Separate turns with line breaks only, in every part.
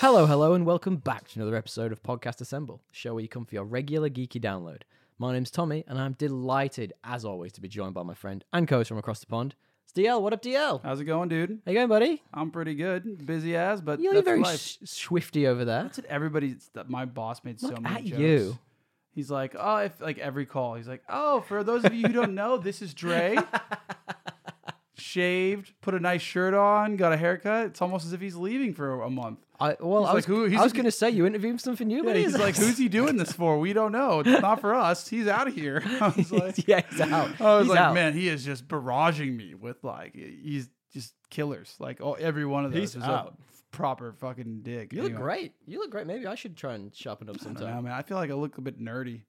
Hello, hello, and welcome back to another episode of Podcast Assemble, the show where you come for your regular geeky download. My name's Tommy, and I'm delighted, as always, to be joined by my friend and co host from across the pond. It's DL. What up, DL? How
How's it going, dude?
you going, buddy?
I'm pretty good. Busy as, but
You're
that's
very
life.
sh- swifty over there.
That's what everybody. it's that My boss made so
Look
many
at
jokes.
you.
He's like, oh, if like every call, he's like, oh, for those of you who don't know, this is Dre. Shaved, put a nice shirt on, got a haircut. It's almost as if he's leaving for a month.
I, well, I
like,
was,
who- he's
I was
like-
going to say you interviewed him for something new, but
Yeah, he's like, who's he doing this for? We don't know. It's not for us. He's out of here. I was like,
yeah, he's out.
I was
he's
like,
out.
man, he is just barraging me with like, he's just killers. Like, oh, every one of those
He's
is
out.
a proper fucking dick.
You look
Anyway.
great. You look great. Maybe I should try and sharpen up
I don't
sometime.
know, man. I feel like I look a bit nerdy.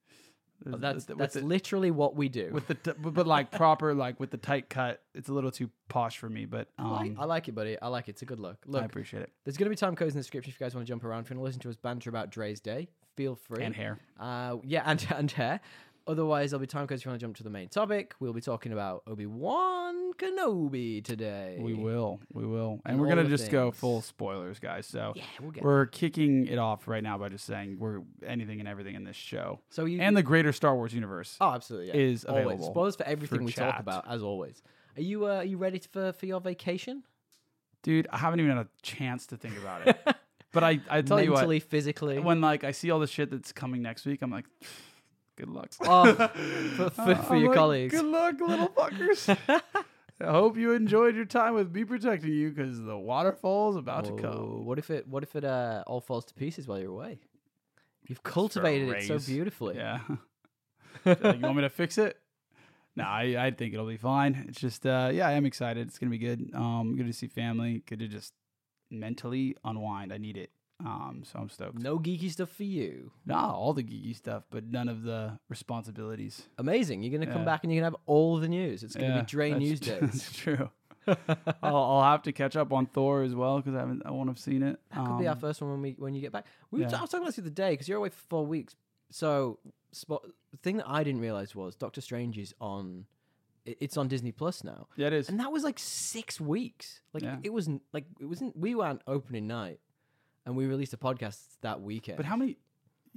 But Oh, that's
with
that's
the,
literally what we do.
with the t- but but, like proper like with the tight cut. It's a little too posh for me, but um,
Oh, I, I like it, buddy. I like it. It's a good look.
I
Look,
appreciate it.
There's going to be time codes in the description if you guys want to jump around. If you want to listen to us banter about Dre's day, feel free.
And hair.
Uh, yeah, and, and hair. Otherwise, there'll be time codes if you want to jump to the main topic. We'll be talking about Obi Wan Kenobi today.
We will, we will, and,
And
we're
all
gonna
the
just go
things.
full spoilers, guys. So
Yeah, we'll get.
we're kicking it off right now by just saying we're anything and everything in this show
So you
and the greater Star Wars universe.
oh, absolutely yeah.
is
Always.
available
Spoilers for
for
everything we talk
chat.
about, as always. Are you uh, are you ready for for your vacation?
Dude, I haven't even had a chance to think about it. but I, I tell you what,
Mentally, physically.
when like I see all the shit that's coming next week, I'm like, good luck.
oh, for, for, for
I'm
your
like,
colleagues.
Good luck, little fuckers. I hope you enjoyed your time with me protecting you because the waterfall's about to
Whoa,
come.
What if it? What if it uh, all falls to pieces while you're away? You've cultivated it so
raise.
beautifully.
Yeah. Like, you want me to fix it? No, I, I think it'll be fine. It's just, uh, yeah, I am excited. It's gonna be good. Um, good to see family. Good to just mentally unwind. I need it. Um, so I'm stoked.
No geeky stuff for you.
Nah, all the geeky stuff, but none of the responsibilities.
Amazing. You're going to come
Yeah.
back and you're going to have all the news. It's going to
Yeah,
be Dre
that's-
News Days.
That's true. I'll, I'll have to catch up on Thor as well because I haven't. I won't have seen it.
That could be our
Um,
first one when we when you get back. We were
yeah.
ta- I was talking about this the other day because you're away for four weeks. So spot, the thing that I didn't realize was Doctor Strange is on. i- It's on Disney Plus now,
Yeah, it is.
and that was like six weeks. Like
Yeah.
it wasn't like it wasn't. We weren't opening night, and we released a podcast that weekend.
But how many?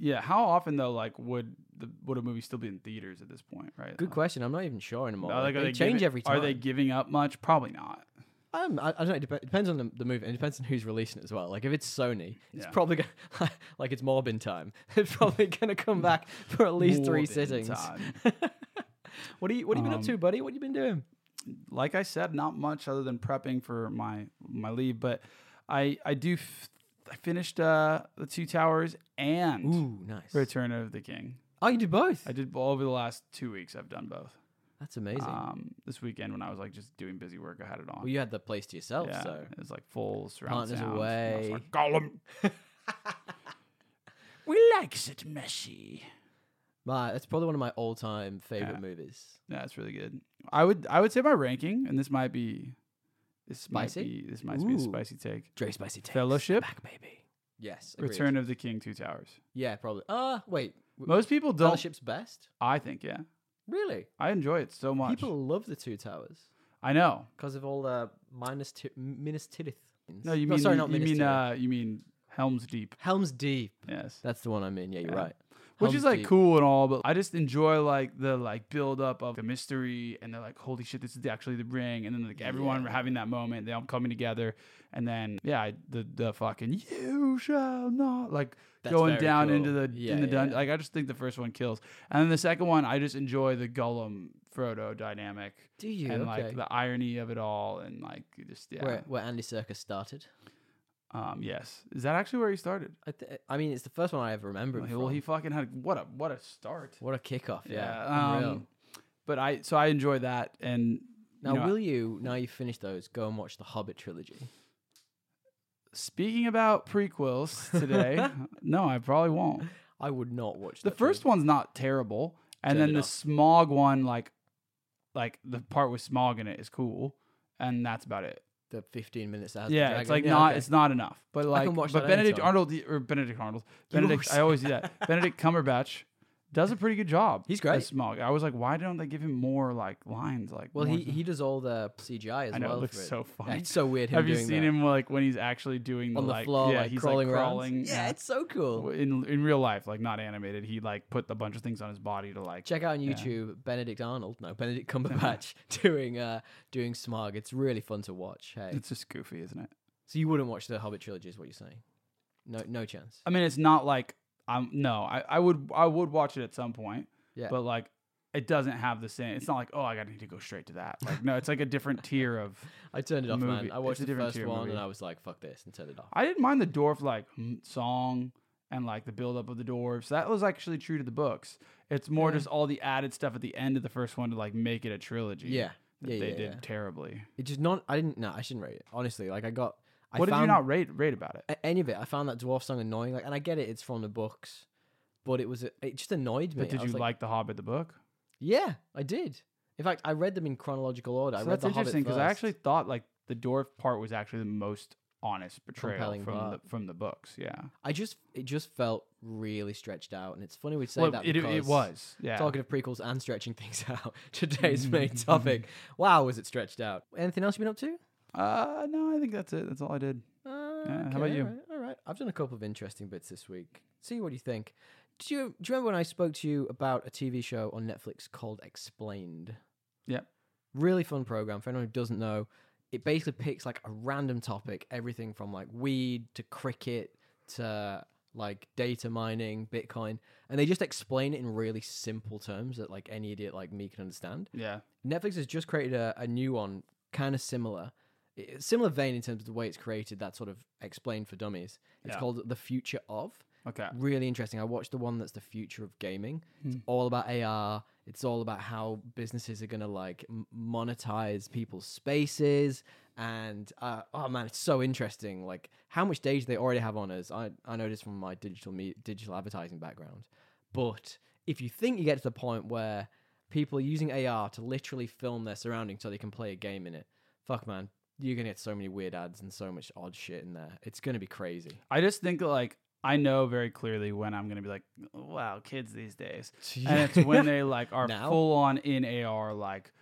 Yeah, how often though? Like, would the would a movie still be in theaters at this point? Right.
Good
Like,
question. I'm not even sure anymore.
are
Like,
are
they, change
giving-
every time.
Are they giving up much? Probably not.
Um, I, I don't know. It, dep- it depends on the, the movie. and It depends on who's releasing it as well. Like if it's Sony, it's
Yeah.
probably gonna, like it's Morbin time. It's probably gonna come back for at least three
Morbid
sittings.
time.
What are you What have you been up
Um,
to, buddy? What have you been doing?
like I said, not much other than prepping for my my leave. But I I do. F- I finished uh the Two Towers and
Ooh, nice.
Return of the King.
Oh, you did both.
I did over the last two weeks. I've done both.
That's amazing.
Um, this weekend when I was like just doing busy work, I had it on.
well, you had the place to yourself,
yeah,
so
it was like full surround
Partners
sound. and I
away.
was like, Gollum. we likes it messy.
my, that's probably one of my all-time favorite movies.
Yeah, it's really good. I would I would say my ranking, and this might be this
Spicy?
might be this might be a
Ooh.
spicy take.
Dre Spicy Takes.
Fellowship?
back, baby. Yes. Return.
Return of the King, Two Towers.
Yeah, probably. Uh wait. w-
Most people don't.
Fellowship's best.
I think yeah,
Really?
I enjoy it so much.
People love the Two Towers.
I know.
Because of all the minus t- Minas Tirith.
No, you mean
Oh, sorry,
you,
not
you
Minas
mean
Tirith.
uh, you mean Helm's Deep.
Helm's Deep.
Yes.
That's the one I mean. Yeah, you're
Yeah.
right.
which
Helm's
is like
Deep.
cool and all, but I just enjoy like the like build up of the mystery, and they're like, "Holy shit, this is actually the ring!" And then like everyone
Yeah.
having that moment, they all coming together, and then yeah, I, the the fucking you shall not like
That's
going
very
down into
cool.
the
Yeah,
in the
yeah,
dungeon.
yeah.
Like I just think the first one kills, and then the second one, I just enjoy the Gollum Frodo dynamic
Do you?
and
okay.
like the irony of it all, and like just yeah,
where, where Andy Circus started.
um, yes, is that actually where he started?
I, th- I mean, it's the first one I ever remember. him
Well, he
from.
fucking had what a what a start.
What a kickoff. Yeah.
Yeah.
unreal.
Um, but I so I enjoy that, and
now,
know,
will you, now you've finished those, go and watch the Hobbit trilogy?
speaking about prequels today, no, I probably won't.
I would not watch
The
that
first one's not terrible, and
Turned
then
it
the
off.
smog one, like, like the part with smog in it is cool, and that's about it.
one. The 15 minutes that has the
Yeah, it's
dragon.
like not,
okay.
it's not enough. But like,
watch
but
that
Benedict
anytime.
Arnold or Benedict Arnold,
You
Benedict,
always-
I always do that. Benedict Cumberbatch does a pretty good job.
He's great.
as Smog. I was like, why don't they give him more like lines? Like,
Well,
more
he, he does all the CGI as
I know
well.
it looks
for it.
so
Yeah,
funny.
it's so weird. Him
Have you
doing
seen
that.
him like when he's actually doing
on the
like,
floor,
Yeah,
like
he's
crawling
like
around?
crawling.
Yeah, it's so cool.
in in real life, like not animated. He like put a bunch of things on his body to like.
Check out on
Yeah.
YouTube Benedict Arnold, no Benedict Cumberbatch doing uh doing Smog. It's really fun to watch. Hey,
It's just goofy, isn't it?
so you wouldn't watch the Hobbit trilogy, is what you're saying? No, no chance.
I mean, it's not like I'm. No, I, I would I would watch it at some point.
Yeah.
But like, it doesn't have the same. It's not like oh, I gotta need to go straight to that. Like no, it's like a different tier of.
I turned it off, man.
movie-
I watched
it's a
the
different
first
tier
one
movie.
and I was like, "Fuck this," and turned it off.
I didn't mind the dwarf like mm, song and like the build up of the dwarves. That was actually true to the books. It's more
Yeah.
just all the added stuff at the end of the first one to like make it a trilogy.
yeah,
that
yeah,
they
yeah,
did
yeah.
terribly.
It just not. I didn't. No, I shouldn't rate it. Honestly, like I got. I
what did
found
you not rate rate about it?
a- any of it. I found that dwarf song annoying. Like, and I get it. It's from the books, but it was. It just annoyed me.
But did
I
you
was
like, The Hobbit the book?
Yeah, I did. In fact, I read them in chronological order. I
So
read
that's
the
interesting
because
because I actually thought like the dwarf part was actually the most honest portrayal
Compelling
from
part.
the from the books. Yeah,
I just it just felt really stretched out, and it's funny we say
well,
that
it, it-
because
it was. Yeah, Mm-hmm.
talking of prequels and stretching things out. Today's main topic. Wow, was it stretched out? Anything else you've been up to?
Uh, no, I think that's it. That's all I did.
Uh,
Yeah, how about you?
All right, all right. I've done a couple of interesting bits this week. See what you think. Do you, do you remember when I spoke to you about a TV show on Netflix called Explained?
Yep.
Really fun program. For anyone who doesn't know, it basically picks like a random topic, everything from like weed to cricket to like data mining, Bitcoin, and they just explain it in really simple terms that like any idiot like me can understand.
Yeah,
Netflix has just created a, a new one, kind of similar, i- similar vein in terms of the way it's created. That sort of explained for dummies. It's
Yeah.
called the future of.
okay.
Really interesting. I watched the one that's the future of gaming. It's all about AR. It's all about how businesses are gonna like m- monetize people's spaces. And uh, oh man, it's so interesting. Like how much data they already have on us. I I noticed from my digital me- digital advertising background. But if you think you get to the point where people are using AR to literally film their surroundings so they can play a game in it, fuck man, you're gonna get so many weird ads and so much odd shit in there. It's gonna be crazy.
I just think like I know very clearly when I'm gonna be like, wow, kids these days, and it's when they like are
Now?
full on in AR, like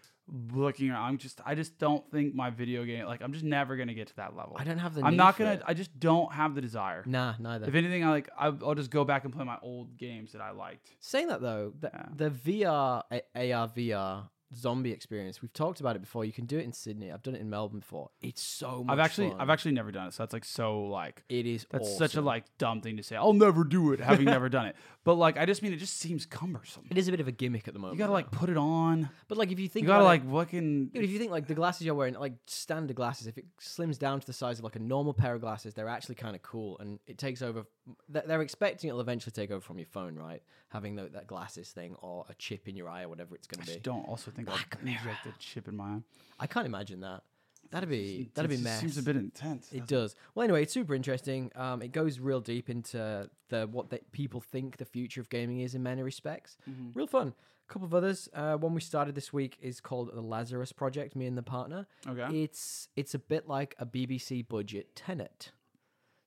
looking. around. I'm just, I just don't think my video game, like, I'm just never gonna get to that level.
I don't have the.
I'm
need
not
for
gonna.
it.
I just don't have the desire.
Nah, neither.
If anything, I like, I- I'll just go back and play my old games that I liked.
Saying that though, the,
Yeah.
the VR, A- AR, VR zombie experience. We've talked about it before. You can do it in Sydney. I've done it in Melbourne before. It's so much.
I've actually,
fun.
I've actually never done it. So that's like so like.
It is.
That's such a
awesome.
like dumb thing to say. I'll never do it, having never done it. But like, I just mean it just seems cumbersome.
It is a bit of a gimmick at the moment.
You gotta like put it on.
though. But like, if you think
You gotta
about it-
like fucking.
Yeah, but if you think like the glasses you're wearing, like standard glasses, if it slims down to the size of like a normal pair of glasses, they're actually kind of cool, and it takes over. th- They're expecting it'll eventually take over from your phone, right? Having tho- that glasses thing or a chip in your eye or whatever it's going
I
to be.
just don't also think
Black
I'll inject a chip in my eye.
I can't imagine that. That'd be
It
that'd be
just
mess.
Seems a bit intense.
It does. Well, anyway, it's super interesting. Um, it goes real deep into the what that people think the future of gaming is in many respects.
Mm-hmm.
Real fun. A couple of others. Uh, one we started this week is called the Lazarus Project. Me and the partner.
Okay.
It's it's a bit like a BBC budget Tenet.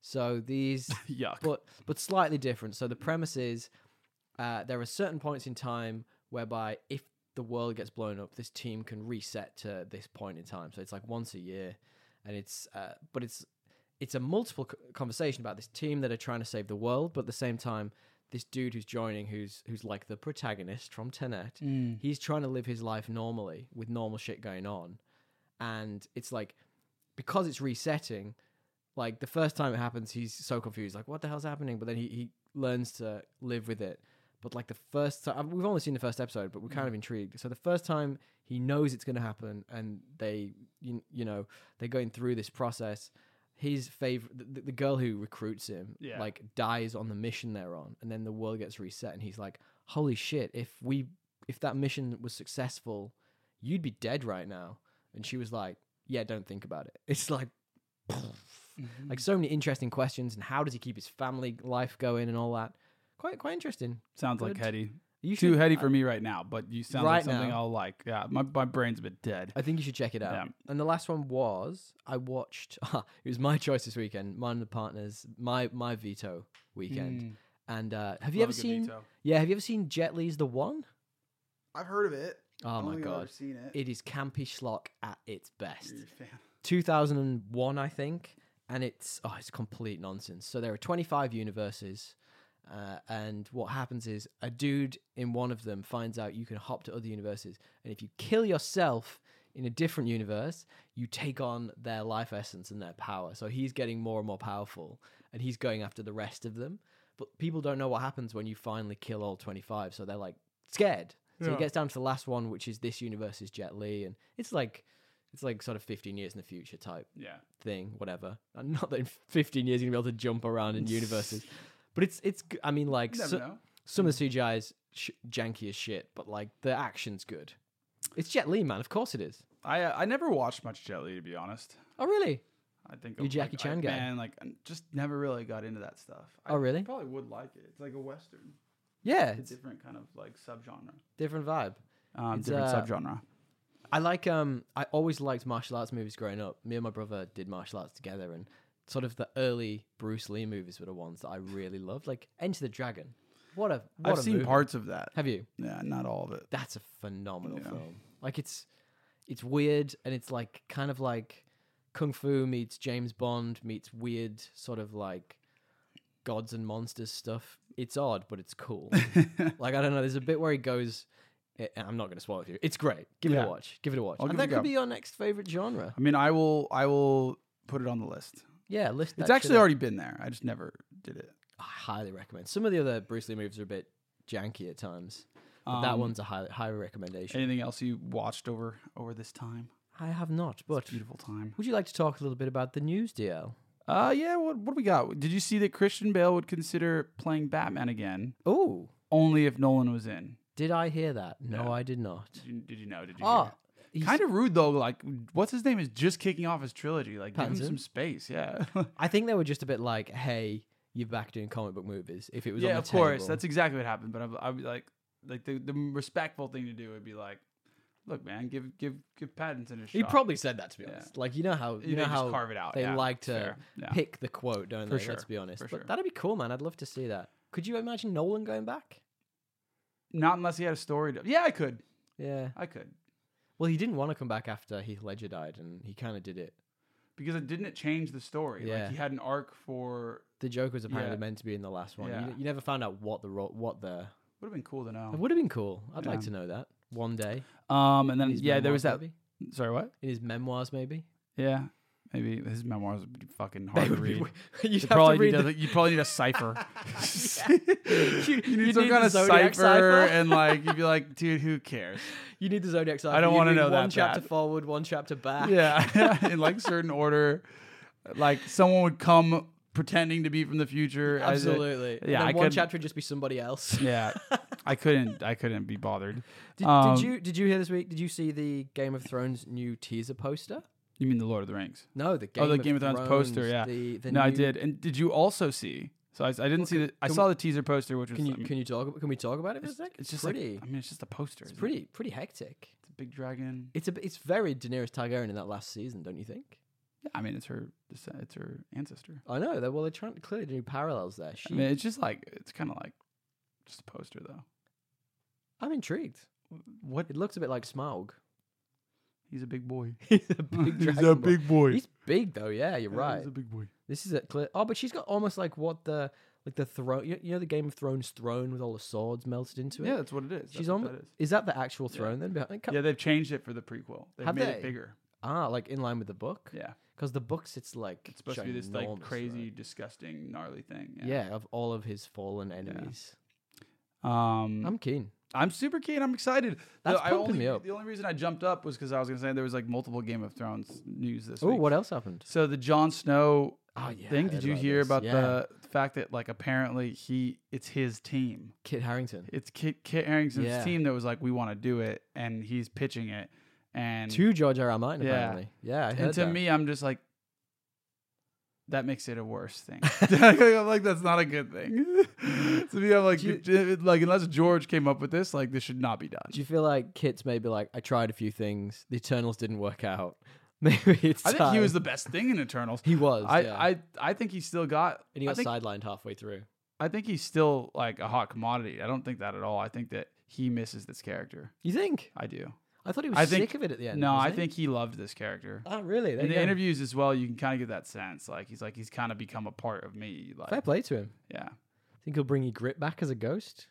So these
Yuck.
but but slightly different. So the premise is uh, there are certain points in time whereby if the world gets blown up, this team can reset to this point in time. So it's like once a year, and it's uh, but it's it's a multiple c- conversation about this team that are trying to save the world, but at the same time, this dude who's joining, who's who's like the protagonist from Tenet,
Mm.
he's trying to live his life normally with normal shit going on, and it's like because it's resetting, like the first time it happens, he's so confused, like what the hell's happening? But then he, he learns to live with it. But like the first time, we've only seen the first episode, but we're kind of intrigued. So the first time he knows it's going to happen, and they, you, you know, they're going through this process. His favorite, the, the girl who recruits him,
Yeah.
like dies on the mission they're on, and then the world gets reset, and he's like, "Holy shit! If we, if that mission was successful, you'd be dead right now." And she was like, "Yeah, don't think about it." It's like like so many interesting questions and how does he keep his family life going and all that quite quite interesting
sounds like
good.
heady.
you
Too
should,
heady
I-
for me right now, but you sound
Right
like something
now.
I'll like. Yeah, my, my brain's a bit dead.
I think you should check it out.
Yeah.
And the last one was I watched. it was my choice this weekend. Mine and the partners. My my veto weekend. And uh, have you
Hmm.
ever
Love a good
seen?
veto.
Yeah, have you ever seen Jet Li's The One?
I've heard of it.
Oh my
I've ever
god,
seen it.
it is campy schlock at its best.
You're a fan.
2001, I think, and it's oh, it's complete nonsense. So there are 25 universes, uh, and what happens is a dude in one of them finds out you can hop to other universes, and if you kill yourself in a different universe, you take on their life essence and their power. So he's getting more and more powerful, and he's going after the rest of them. But people don't know what happens when you finally kill all 25, so they're like scared. So
Yeah.
he gets down to the last one, which is this universe's Jet Li, and it's like it's like sort of 15 years in the future type
Yeah.
thing, whatever. And not that in 15 years you're gonna be able to jump around in universes, but it's it's. g- I mean, like
You never
so-
know.
some of the CGI is sh- janky as shit, but like the action's good. It's Jet Li, man. Of course it is.
I uh, I never watched much Jet Li to be honest.
Oh really?
I think
You
I'm,
Jackie
like, I-
Chan guy.
Man, like I just never really got into that stuff. I
Oh, really?
Probably would like it. It's like a western.
Yeah,
It's
it's
a different kind of like subgenre.
different vibe.
Um,
It's,
different
uh,
subgenre.
I like um I always liked martial arts movies growing up. Me and my brother did martial arts together and sort of the early Bruce Lee movies were the ones that I really loved. Like Enter the Dragon. What a what
I've
a
seen
movie.
parts of that.
Have you?
Yeah, not all of it.
That's a phenomenal
Yeah.
film. Like it's it's weird and it's like kind of like Kung Fu meets James Bond meets weird sort of like gods and monsters stuff. It's odd, but it's cool. like I don't know, there's a bit where he goes I- I'm not going to spoil it for you. It's great. Give it
Yeah.
a watch. Give it a watch.
I'll
and
give it
that
a
could
go.
be your next favorite genre.
I mean, I will. I will put it on the list.
Yeah, list
It's
that shit
actually
up.
already been there. I just never did it.
I highly recommend. Some of the other Bruce Lee movies are a bit janky at times, but that
Um,
one's a high, high recommendation.
Anything else you watched over over this time?
I have not, but
Beautiful time.
would you like to talk a little bit about the news, DL?
Uh, yeah. What what do we got? Did you see that Christian Bale would consider playing Batman again,
Oh,
only if Nolan was in?
did I hear that? No,
No.
I did not.
Did you, did you know? Did you?
Ah, he's-
kind of rude though. Like, what's his name is just kicking off his trilogy. Like, give him
Pattinson?
some space. Yeah.
I think they were just a bit like, "Hey, you're back doing comic book movies." If it was, on
yeah,
the
of course.
table.
That's exactly what happened. But I, I would like, like the, the respectful thing to do would be like, look, man, give give give Pattinson a shot.
he probably said that to be
Yeah.
honest. Like you know how you,
They
know
just
how
carve it out.
they
yeah,
like to
fair. Yeah.
pick the quote, don't
For
they? Let's
sure,
be honest.
for
But
sure.
that'd be cool, man. I'd love to see that. Could you imagine Nolan going back?
Not unless he had a story. To, yeah, I could.
Yeah.
I could.
Well, he didn't want to come back after Heath Ledger died, and he kind of did it.
Because it didn't change the story.
Yeah.
Like he had an arc for.
The Joker was apparently
Yeah.
meant to be in the last one. You-
Yeah.
You, never found out what the ro- what the.
Would have been cool to
It
know.
would have been cool. I'd like
Yeah.
to know that one day.
Um, and
In
then
his
yeah, there was that.
memoirs, Maybe.
Sorry, what?
In his memoirs, maybe.
Yeah, maybe his memoirs would be fucking hard to read.
You'd have
You
to
probably,
read
need
the-
a, you probably need a cipher. you,
You-
need
you
some
need
kind
the
of
zodiac
cipher,
cipher.
and like you'd be like, dude, who cares?
you need the zodiac cipher.
don't
You'd
wanna
read
know
one
that
chapter
bad.
forward, one chapter back.
Yeah, in like certain order. Like someone would come pretending to be from the future. as a-
absolutely. And
yeah,
then
I
one
could-
chapter would just be somebody else.
yeah, I couldn't. I couldn't be bothered.
Did,
Um,
did you did you hear this week? Did you see the Game of Thrones new teaser poster?
You mean the Lord of the Rings?
No, the Game
Oh, the Game of Thrones poster, yeah.
The, the
no, I
new-
did. And did you also see? So I, I didn't see the. I
can
saw the teaser poster, which was.
Can
I
you
mean,
can you talk? Can we talk about it for a sec?
um, it's just like-
pretty.
I mean, it's just a poster.
it's
isn't it?
pretty pretty hectic.
It's a big dragon.
It's a b- it's very Daenerys Targaryen in that last season, don't you think?
Yeah, I mean, it's her. descent- It's her ancestor.
I know. They're, well, they're trying to clearly do parallels there. She,
I mean, it's just like it's kind of like just a poster, though.
I'm intrigued.
What?
It looks a bit like Smaug.
He's a big boy.
He's a big
He's
dragon.
a
boy.
big boy.
He's big though. Yeah, you're
Yeah,
right.
He's a big boy.
This is a clear. Oh, but she's got almost like what the like the throne. You, you know the Game of Thrones throne with all the swords melted into it.
Yeah, that's what it is. That's
She's
what
on.
That is.
Is that the actual
Yeah.
throne then? Behind,
Yeah, they've changed it for the prequel. They've
Have
made
they?
it bigger.
Ah, like in line with the book.
Yeah,
Because the books, it's like
it's supposed to be this like
ginormous,
crazy,
right?
disgusting, gnarly thing.
Yeah. of all of his fallen enemies.
Um, I'm,
I'm keen.
super keen. I'm excited.
That's
I
pumping
only,
me up.
The only reason I jumped up was because I was gonna say there was like multiple Game of Thrones news this
Oh,
week.
what else happened?
So the Jon Snow
Oh, yeah, I
thing.
heard
Did you
about
hear
this.
about
Yeah.
the fact that like apparently he it's his team.
Kit Harrington.
it's Kit, Kit Harrington's
Yeah.
team that was like, we want to do it, and he's pitching it. And
To George R. R. Martin,
Yeah.
apparently. Yeah, I heard
and to
that.
me, I'm just like, that makes it a worse thing. I'm like, that's not a good thing. to me, I'm like,
Do
like unless George came up with this, like this should not be done.
Do you feel like Kit's maybe like, I tried a few things, the Eternals didn't work out. Maybe it's
I think he
time."
was the best thing in Eternals.
He was,
I,
yeah.
I I think he still got.
and he
I
got
think-
sidelined halfway through.
I think he's still like a hot commodity. I don't think that at all. I think that he misses this character.
You think?
I do.
I thought he was
I
sick
think-
of it at the end.
no, I
wasn't he?
think he loved this character.
Oh, really? There
In
you
the
go.
interviews as well, you can kind of get that sense. Like he's like he's kind of become a part of me. Like
Fair play to him.
yeah.
Think he'll bring you grit back as a ghost?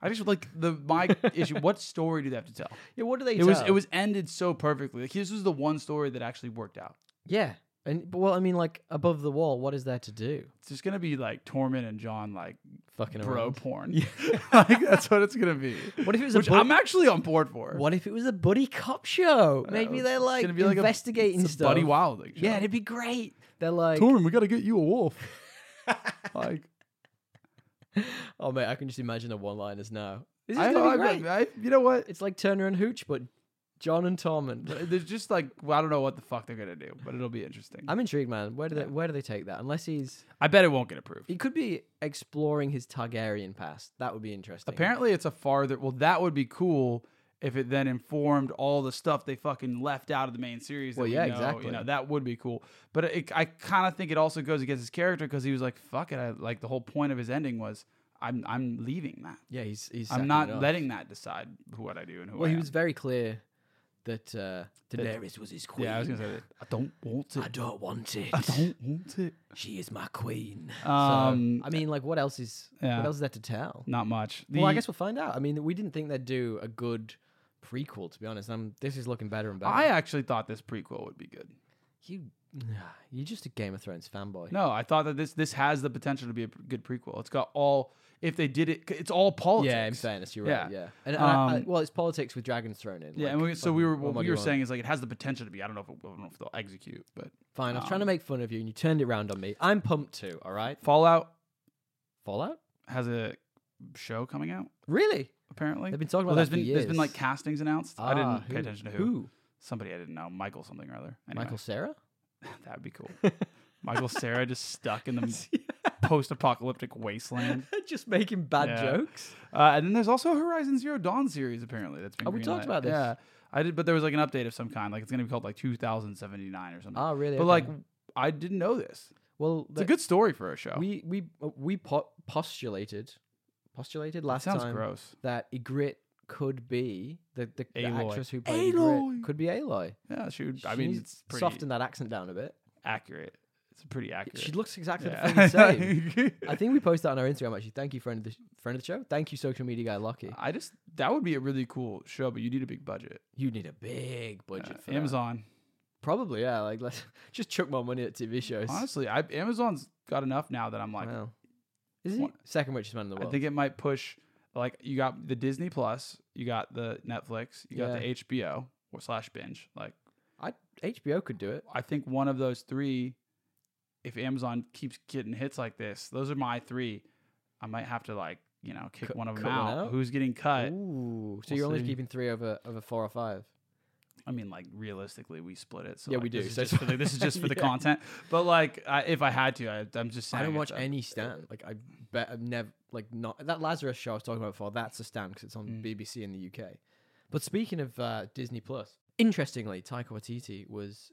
I just like the my issue. What story do they have to tell?
Yeah. What do they?
It was it was ended so perfectly. Like this was the one story that actually worked out.
Yeah. And but, well, I mean, like above the wall, what is there to do?
It's just gonna be like Torment and John like
Fucking
bro
around.
porn. like that's what it's gonna be.
What if it was a
Which
bu-
I'm actually on board for.
What if it was a buddy cop show?
Uh,
Maybe
it's
they're like
gonna be like a-
investigating
it's a
stuff.
Buddy Wilding.
yeah,
show.
it'd be great. They're like,
Torment, we gotta get you a wolf. like
oh mate, I can just imagine the one-liners now. This is
I,
gonna be
I-
great.
I- you know what?
It's like Turner and Hooch, but John and Tom and
There's just like well, I don't know what the fuck they're gonna do, but it'll be interesting. i
I'm intrigued, man. Where do they where do they take that? Unless he's
bet it won't get approved.
he could be exploring his Targaryen past. That would be interesting.
Apparently, it's a farther. Well, that would be cool if it then informed all the stuff they fucking left out of the main series. that
Well,
we
yeah,
know,
exactly.
You know, that would be cool. But it, I kind of think it also goes against his character because he was like, "Fuck it." I, like the whole point of his ending was, "I'm I'm leaving that.
yeah, he's he's.
I'm
sacking
not
it off.
letting that decide who what I do and who
Well,
I
he
am."
was very clear that uh, Daenerys was his queen.
yeah, I was gonna say that. I don't want it.
I don't want it.
I don't want it.
She is my queen.
Um,
so, I mean, like, what else is
yeah.
what else is there to tell?
Not much. The,
Well, I guess we'll find out. I mean, we didn't think they'd do a good prequel, to be honest. Um this is looking better and better.
I actually thought this prequel would be good.
you, you're just a Game of Thrones fanboy.
No, I thought that this this has the potential to be a p- good prequel. It's got all if they did it, it's all politics.
Yeah, in fairness, you're right.
Yeah.
Yeah, and, and I- I-
Um,
well, it's politics with dragons thrown in.
Yeah,
like,
and we, so we
fucking-
were
what
what
more do
we
you
were
want?
saying is like it has the potential to be. I don't know if, it, I don't know if they'll execute, but
Fine, I was trying to
um,
make fun of you, and you turned it round on me. I'm pumped too. All right,
Fallout
Fallout.
has a show coming out
Really?
apparently.
They've been talking about
well, there's
that for
been there's been like
years.
castings announced. I
Ah,
didn't
who-
pay attention to who. Somebody I didn't know, Michael something or other. Anyway,
Michael Sarah.
that would be cool. Michael Sarah just stuck in the post-apocalyptic wasteland.
just making bad
Yeah.
jokes.
Uh, and then there's also a Horizon Zero Dawn series apparently that's been.
Oh, we talked
greenlit.
about this.
Yeah, I did, but there was like an update of some kind. Like it's gonna be called like 2079 or something.
Oh, really?
but
Okay.
like I didn't know this.
well,
It's a good story for a show.
we we uh, we po- postulated postulated last
Sounds
time
gross.
that Ygritte could be the the, the
Aloy.
actress who played Ygritte
Aloy.
could be Aloy.
Yeah, she would. I
She
mean,
needs-
it's pretty
soften that accent down a bit.
accurate. It's pretty accurate.
She looks exactly
Yeah.
the fucking same. I think we posted that on our Instagram actually. Thank you, friend of the sh- friend of the show. Thank you, social media guy Lucky.
I just that would be a really cool show, but you need a big budget.
You need a big budget
Uh,
for that.
Amazon,
Probably, yeah. Like let's just chuck more money at TV shows.
honestly, I, Amazon's got enough now that I'm like,
Wow. Is he
What-
second richest man in the
I
world?
think it might push. Like you got the Disney Plus, you got the Netflix, you got
Yeah.
the HBO or slash binge. Like
HBO could do it.
I think one of those three, if Amazon keeps getting hits like this, those are my three. I might have to like you know kick
Cut-
one of them
cut one
out.
out?
Who's getting cut?
Ooh. So
we'll
you're only
see.
keeping three over over four or five.
I mean, like realistically, we split it. So
Yeah,
like,
we do,
This is
so
just for the, this is just for the
yeah.
content. But like, I, if I had to, I, I'm just saying.
I don't watch
it's a-
any Stan. Like I bet I've never like not that Lazarus show I was talking about before. That's a Stan because it's on
Mm.
BBC in the UK. But speaking of uh, Disney Plus, interestingly, Taika Waititi was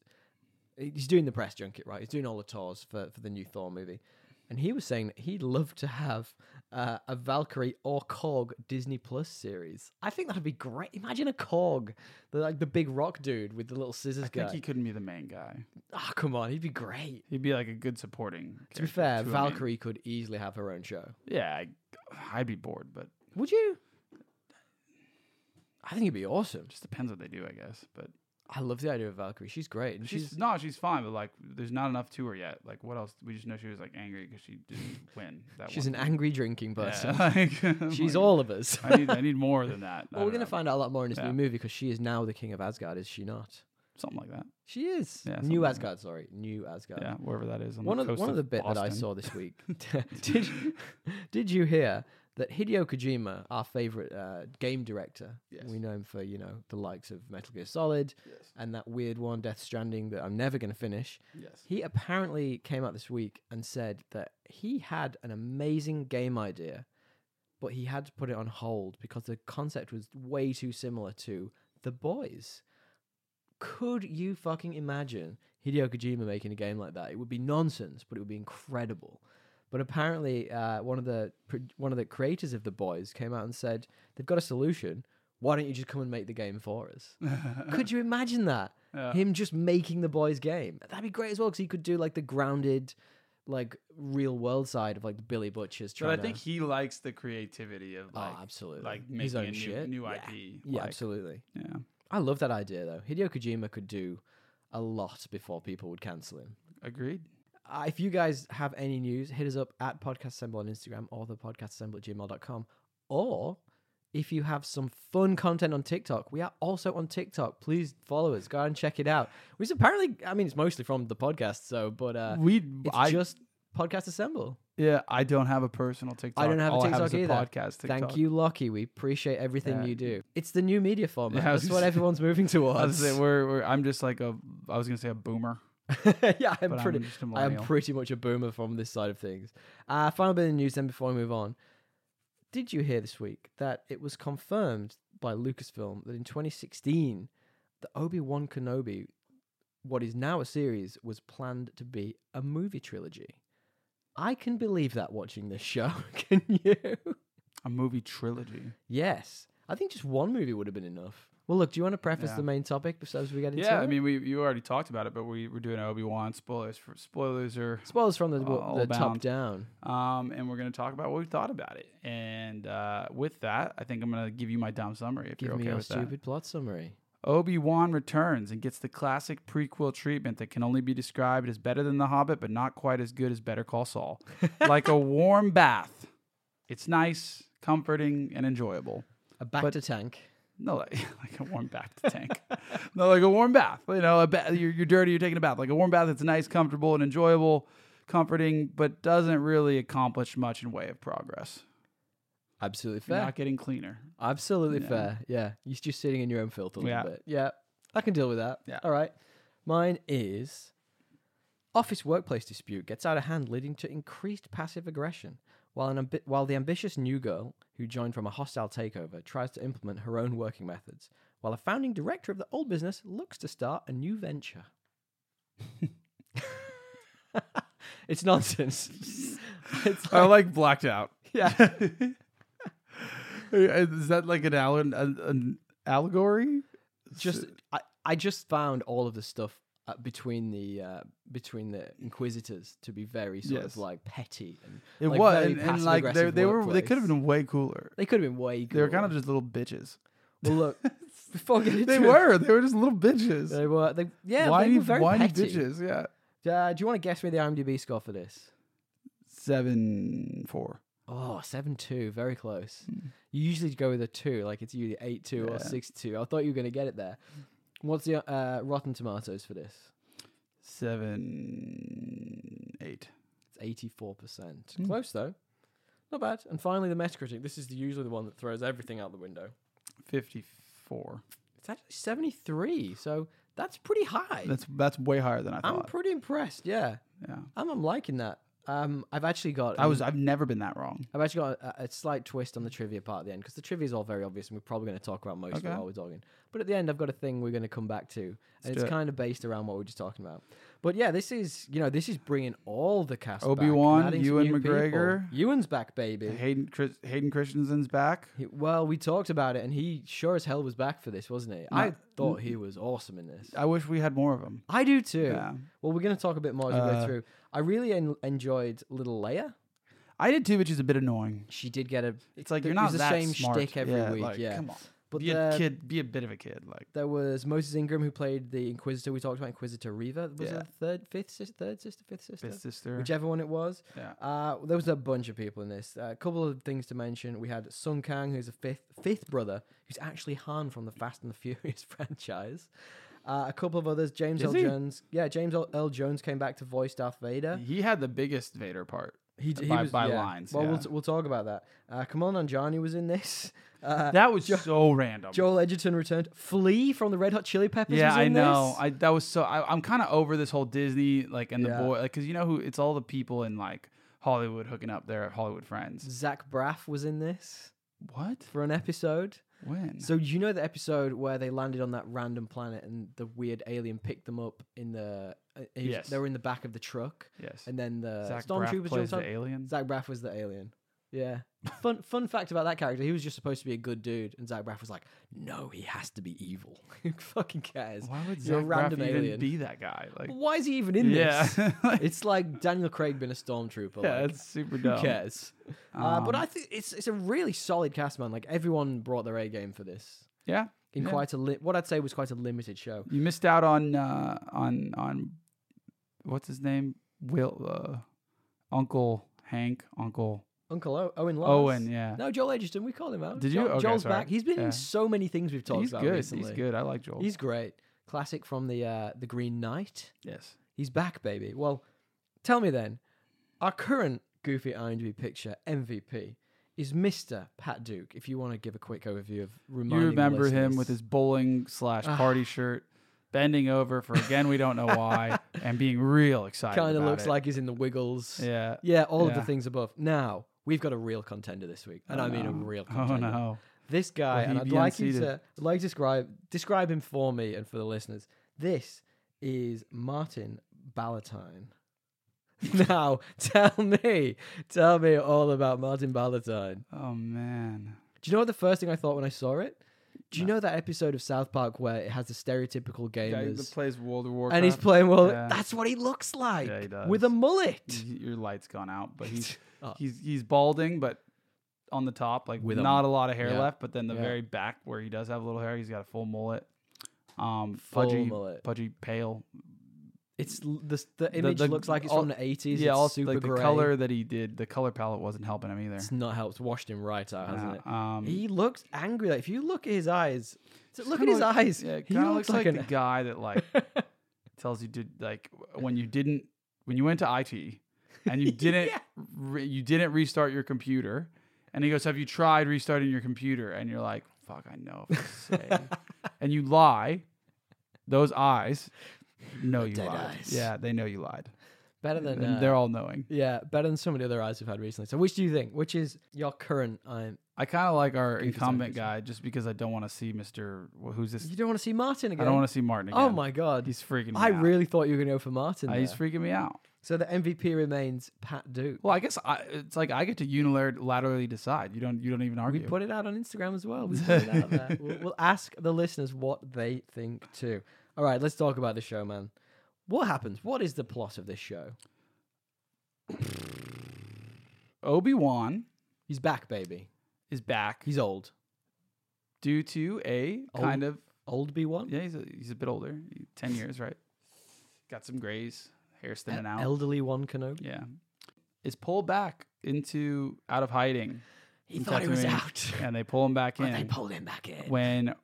he's doing the press junket right. He's doing all the tours for for the new Thor movie, and he was saying that he'd love to have uh, a Valkyrie or Korg Disney Plus series. I think that'd be great. Imagine a Korg, the, like the big rock dude with the little scissors
I think
guy.
he couldn't be the main guy.
Ah, come on, he'd be great.
He'd be like a good supporting.
To be
character
fair,
too, I mean.
Valkyrie could easily have her own show.
Yeah, I, I'd be bored, but
Would you? I think it'd be awesome.
just depends what they do, I guess. But
I love the idea of Valkyrie. She's great, and she's,
she's no, she's fine. But like, there's not enough to her yet. Like, what else? We just know she was like angry because she didn't win. That
she's an
one.
angry drinking person.
Yeah, like,
She's
like,
all of us.
I need, I need more than that. I
well, we're
don't
gonna
know,
find out a lot more in this
Yeah.
new movie because she is now the king of Asgard, is she not?
something like that.
She is
Yeah, something
new
like
Asgard. Sorry, new Asgard.
Yeah, wherever that is. On
One
the
of the,
coast
one of the bit that I
Boston.
saw this week. did you- did you hear that Hideo Kojima, our favorite uh, game director,
Yes.
we know him for you know the likes of Metal Gear Solid
Yes.
and that weird one Death Stranding that I'm never gonna finish.
Yes.
He apparently came out this week and said that he had an amazing game idea, but he had to put it on hold because the concept was way too similar to The Boys. Could you fucking imagine Hideo Kojima making a game like that? It would be nonsense, but it would be incredible. But apparently, uh, one of the pr- one of the creators of the boys came out and said they've got a solution. Why don't you just come and make the game for us? could you imagine that?
Yeah.
Him just making the boys' game. That'd be great as well because he could do like the grounded, like real world side of like the Billy Butchers.
But I
trying to-
think he likes the creativity of
Oh,
like
absolutely.
like making
His own
a new,
shit.
new
Yeah.
IP.
Yeah,
like,
absolutely.
yeah.
I love that idea though. Hideo Kojima could do a lot before people would cancel him.
Agreed.
Uh, if you guys have any news, hit us up at Podcast Assemble on Instagram or the podcastassemble at gmail.com. Or if you have some fun content on TikTok, we are also on TikTok. Please follow us. Go out and check it out. Which apparently, I mean, it's mostly from the podcast, so, but uh,
we
it's
I
just Podcast Assemble.
yeah, I don't have a personal TikTok.
I don't have a
All
TikTok
is
either.
Podcast TikTok.
Thank you, Lockie. We appreciate everything
Yeah.
you do. It's the new media format.
Yeah, I was
That's
gonna
what
say-
everyone's moving
I was
towards.
gonna say, we're, we're, I'm just like a I was gonna say a boomer.
yeah, I'm
But
pretty.
I'm just
I
a
am
millennial.
pretty much a boomer from this side of things. Uh, final bit of news then before we move on. Did you hear this week that it was confirmed by Lucasfilm that in 2016, the Obi Wan Kenobi, what is now a series, was planned to be a movie trilogy? I can believe that watching this show. Can you?
a movie trilogy.
Yes. I think just one movie would have been enough. Well, look, do you want to preface
Yeah.
the main topic besides we get into
Yeah,
it?
I mean, we you already talked about it, but we we're doing Obi Wan spoilers for spoilers are
Spoilers from the,
All
the top
bound.
down.
um, and we're gonna talk about what we thought about it. And uh, with that, I think I'm gonna give you my dumb summary if
Give
you're
me
okay
your
with
stupid
that.
plot summary.
Obi Wan returns and gets the classic prequel treatment that can only be described as better than The Hobbit, but not quite as good as Better Call Saul. like a warm bath, it's nice, comforting, and enjoyable.
A back
But-
to tank.
No, like, like a warm bath to tank. no, like a warm bath. You know, a ba- you're, you're dirty, you're taking a bath. Like a warm bath that's nice, comfortable, and enjoyable, comforting, but doesn't really accomplish much in way of progress.
Absolutely
You're
fair.
not getting cleaner.
Absolutely
Yeah.
fair. Yeah. You're just sitting in your own filth a little
Yeah.
bit. Yeah. I can deal with that.
Yeah.
All right. Mine is office workplace dispute gets out of hand, leading to increased passive aggression. While, an ambi- while the ambitious new girl, who joined from a hostile takeover, tries to implement her own working methods, while a founding director of the old business looks to start a new venture. it's nonsense. it's
I like blacked out.
yeah.
Is that like an, allen- an, an allegory?
just I, I just found all of the stuff uh, between the uh, between the inquisitors to be very sort
Yes.
of like petty and
It
like,
was,
very
and, and like they,
passive-aggressive
they were, they
workplace.
could have been way cooler.
they could have been way
They were kind of
cooler.
just little bitches.
well look before we get into
They
it-
were, they were just little bitches.
they were they yeah
why
they were very
whiny
petty
bitches? Yeah,
Uh, do you want to guess me the IMDb score for this
seven four.
oh seven two very close you usually go with a two like it's usually eight two
Hmm. Yeah.
or six two I thought you were gonna get it there what's the uh, Rotten Tomatoes for this
seven, eight.
It's eighty-four percent.
Hmm.
Close though, not bad. And finally, the Metacritic. This is the, usually the one that throws everything out the window.
54.
It's actually seventy-three, so that's pretty high.
That's that's way higher than I
I'm
thought.
pretty impressed. Yeah,
yeah.
I'm, I'm liking that. Um, I've actually got.
I was I've never been that wrong.
I've actually got a, a slight twist on the trivia part at the end because the trivia is all very obvious, and we're probably going to talk about most of
Okay.
it while we're talking. But at the end, I've got a thing we're going to come back to, and
Let's
it's
do it.
kind of based around what we were just talking about. But yeah, this is you know this is bringing all the cast. back and
Obi-Wan,
adding some
Ewan
new people.
McGregor.
Ewan's back, baby.
Hayden Chris, Hayden Christensen's back.
He- well, we talked about it, and he sure as hell was back for this, wasn't he? I
No.
thought he was awesome in this.
I wish we had more of them.
I do too.
Yeah.
Well, we're going to talk a bit more as we
Uh,
go through. I really en- enjoyed Little Leia.
I did too, which is a bit annoying.
She did get a.
It's like
th-
you're
it
not
was the
that
same
smart.
shtick every
Yeah,
week.
like,
yeah,
Come on.
but
be
the,
a kid. Be a bit of a kid. Like
there was Moses Ingram who played the Inquisitor. We talked about Inquisitor Reva. Was
Yeah.
it the third, fifth, sis- third sister, fifth sister,
his sister.
whichever one it was.
yeah.
Uh, there was a bunch of people in this. Uh, a couple of things to mention. We had Sun Kang, who's a fifth fifth brother, who's actually Han from the Fast and the Furious franchise. Uh, a couple of others. James
Is
L.
he?
Jones. Yeah, James L. L. Jones came back to voice Darth Vader.
He had the biggest Vader part.
He, d- he
By-
was
by
yeah.
lines,
Well, we'll,
yeah.
t- we'll talk about that. Uh, Kamal Nanjiani was in this. Uh,
That was so random.
Joel Edgerton returned. Flea from the Red Hot Chili Peppers.
yeah,
was
I
in
know.
this.
I that was so. I, I'm kind of over this whole Disney like and
Yeah.
the boy like because you know who it's all the people in like Hollywood hooking up their Hollywood friends.
Zach Braff was in this
What?
for an episode.
When?
So you know the episode where they landed on that random planet and the weird alien picked them up in the uh, he was-
Yes.
they were in the back of the truck
yes.
and then the
Zach Braff
stormtroopers
plays
jumped
the
on.
alien.
Zach Braff was the alien. Yeah. Fun fun fact about that character, he was just supposed to be a good dude, and Zach Braff was like, "No, he has to be evil. Who fucking cares?
Why would
You're a
Zach Braff
random
even
alien.
be that guy? Like,
But why is he even in
yeah,
this? It's like Daniel Craig being a stormtrooper.
yeah,
like,
it's super
who
dumb.
cares? uh, but
Um,
I think it's it's a really solid cast, man. Like everyone brought their A game for this
yeah,
in
Yeah.
quite a li- what I'd say was quite a limited show.
you missed out on uh, on on what's his name? Will uh, Uncle Hank, Uncle
Uncle o- Owen Lars.
Owen. Yeah,
No, Joel Edgerton. We call him out.
Did
Jo-
you? Okay,
Joel's
sorry.
back. He's been
Yeah.
in so many things we've talked
he's
about
good.
recently.
He's good. I like Joel.
He's great. Classic from the uh, the Green Knight.
yes.
He's back, baby. Well, tell me then, our current Goofy IMDb picture MVP is Mr. Pat Duke. If you want to give a quick overview of
You
reminding the
remember him
listeners.
with his bowling slash
Ah.
party shirt, bending over for again we don't know why, and being real excited.
kind of
about
looks
it.
like he's in the Wiggles. Yeah,
yeah.
all of the
Yeah.
things above. Now we've got a real contender this week, and
Oh,
I mean a
no.
real contender.
Oh no.
This guy,
he
and I'd
be
like you
unseated?
to I'd like to describe describe him for me and for the listeners. This is Martin Ballantyne. now tell me, tell me all about Martin Ballantyne.
Oh man.
Do you know what the first thing I thought when I saw it? Do you know that episode of South Park where it has the stereotypical gamers
plays World of Warcraft.
and he's playing well?
Yeah.
That's what he looks like
Yeah, he
with a
does.
mullet.
your light's gone out, but he's
Oh.
he's he's balding, but on the top, like
With
with
a-
not a, lot of hair
yeah.
left. But then the
Yeah.
very back where he does have a little hair, he's got a full mullet. Um,
Full
pudgy,
mullet.
pudgy, pale.
It's l- the the image
the-
looks like it's
all-
from the eighties.
yeah,
it's
also
super
like the
gray.
color that he did, the color palette wasn't helping him either.
It's not helped. Washed him right out, hasn't
Yeah,
it?
um,
He looks angry. Like, if you look at his eyes, so look at
kinda
his
look-
eyes.
Yeah,
he
kind of looks, like,
an,
the guy that like tells you did like when you didn't when you went to IT and you didn't
Yeah.
re, you didn't restart your computer, and he goes, "Have you tried restarting your computer?" And you're like, "Fuck, I know." If I say. and you lie. Those eyes know you
dead
lied.
eyes.
Yeah, they know you lied.
better than
And
uh,
they're all knowing.
yeah, better than some of the other eyes we've had recently. So, which do you think? Which is your current? um, I'm.
I kind of like our
Goofy's
incumbent
obviously.
guy just because I don't want to see Mister. Who's this?
You don't want to see Martin
I
again.
don't want to see Martin again.
Oh my god,
he's freaking. Me
I
out.
really thought you were going to go for Martin.
Uh, he's
there.
freaking me out.
so the MVP remains Pat Duke.
Well, I guess I, it's like I get to unilaterally decide. You don't. You don't even
We
argue.
put it out on Instagram as well. We put it out there. We'll, we'll ask the listeners what they think too. All right, let's talk about the show, man. What happens? What is the plot of this show?
Obi Wan
He's back, baby.
is back
He's old.
due to a
Old-
kind of
Old B one.
yeah. He's a, he's a bit older. Ten years, right? Got some grays, hair thinning out.
E-, Elderly one Kenobi.
yeah, is pulled back into out of hiding,
He
thought he was
out,
and they pull him back in
pulled him back in.
when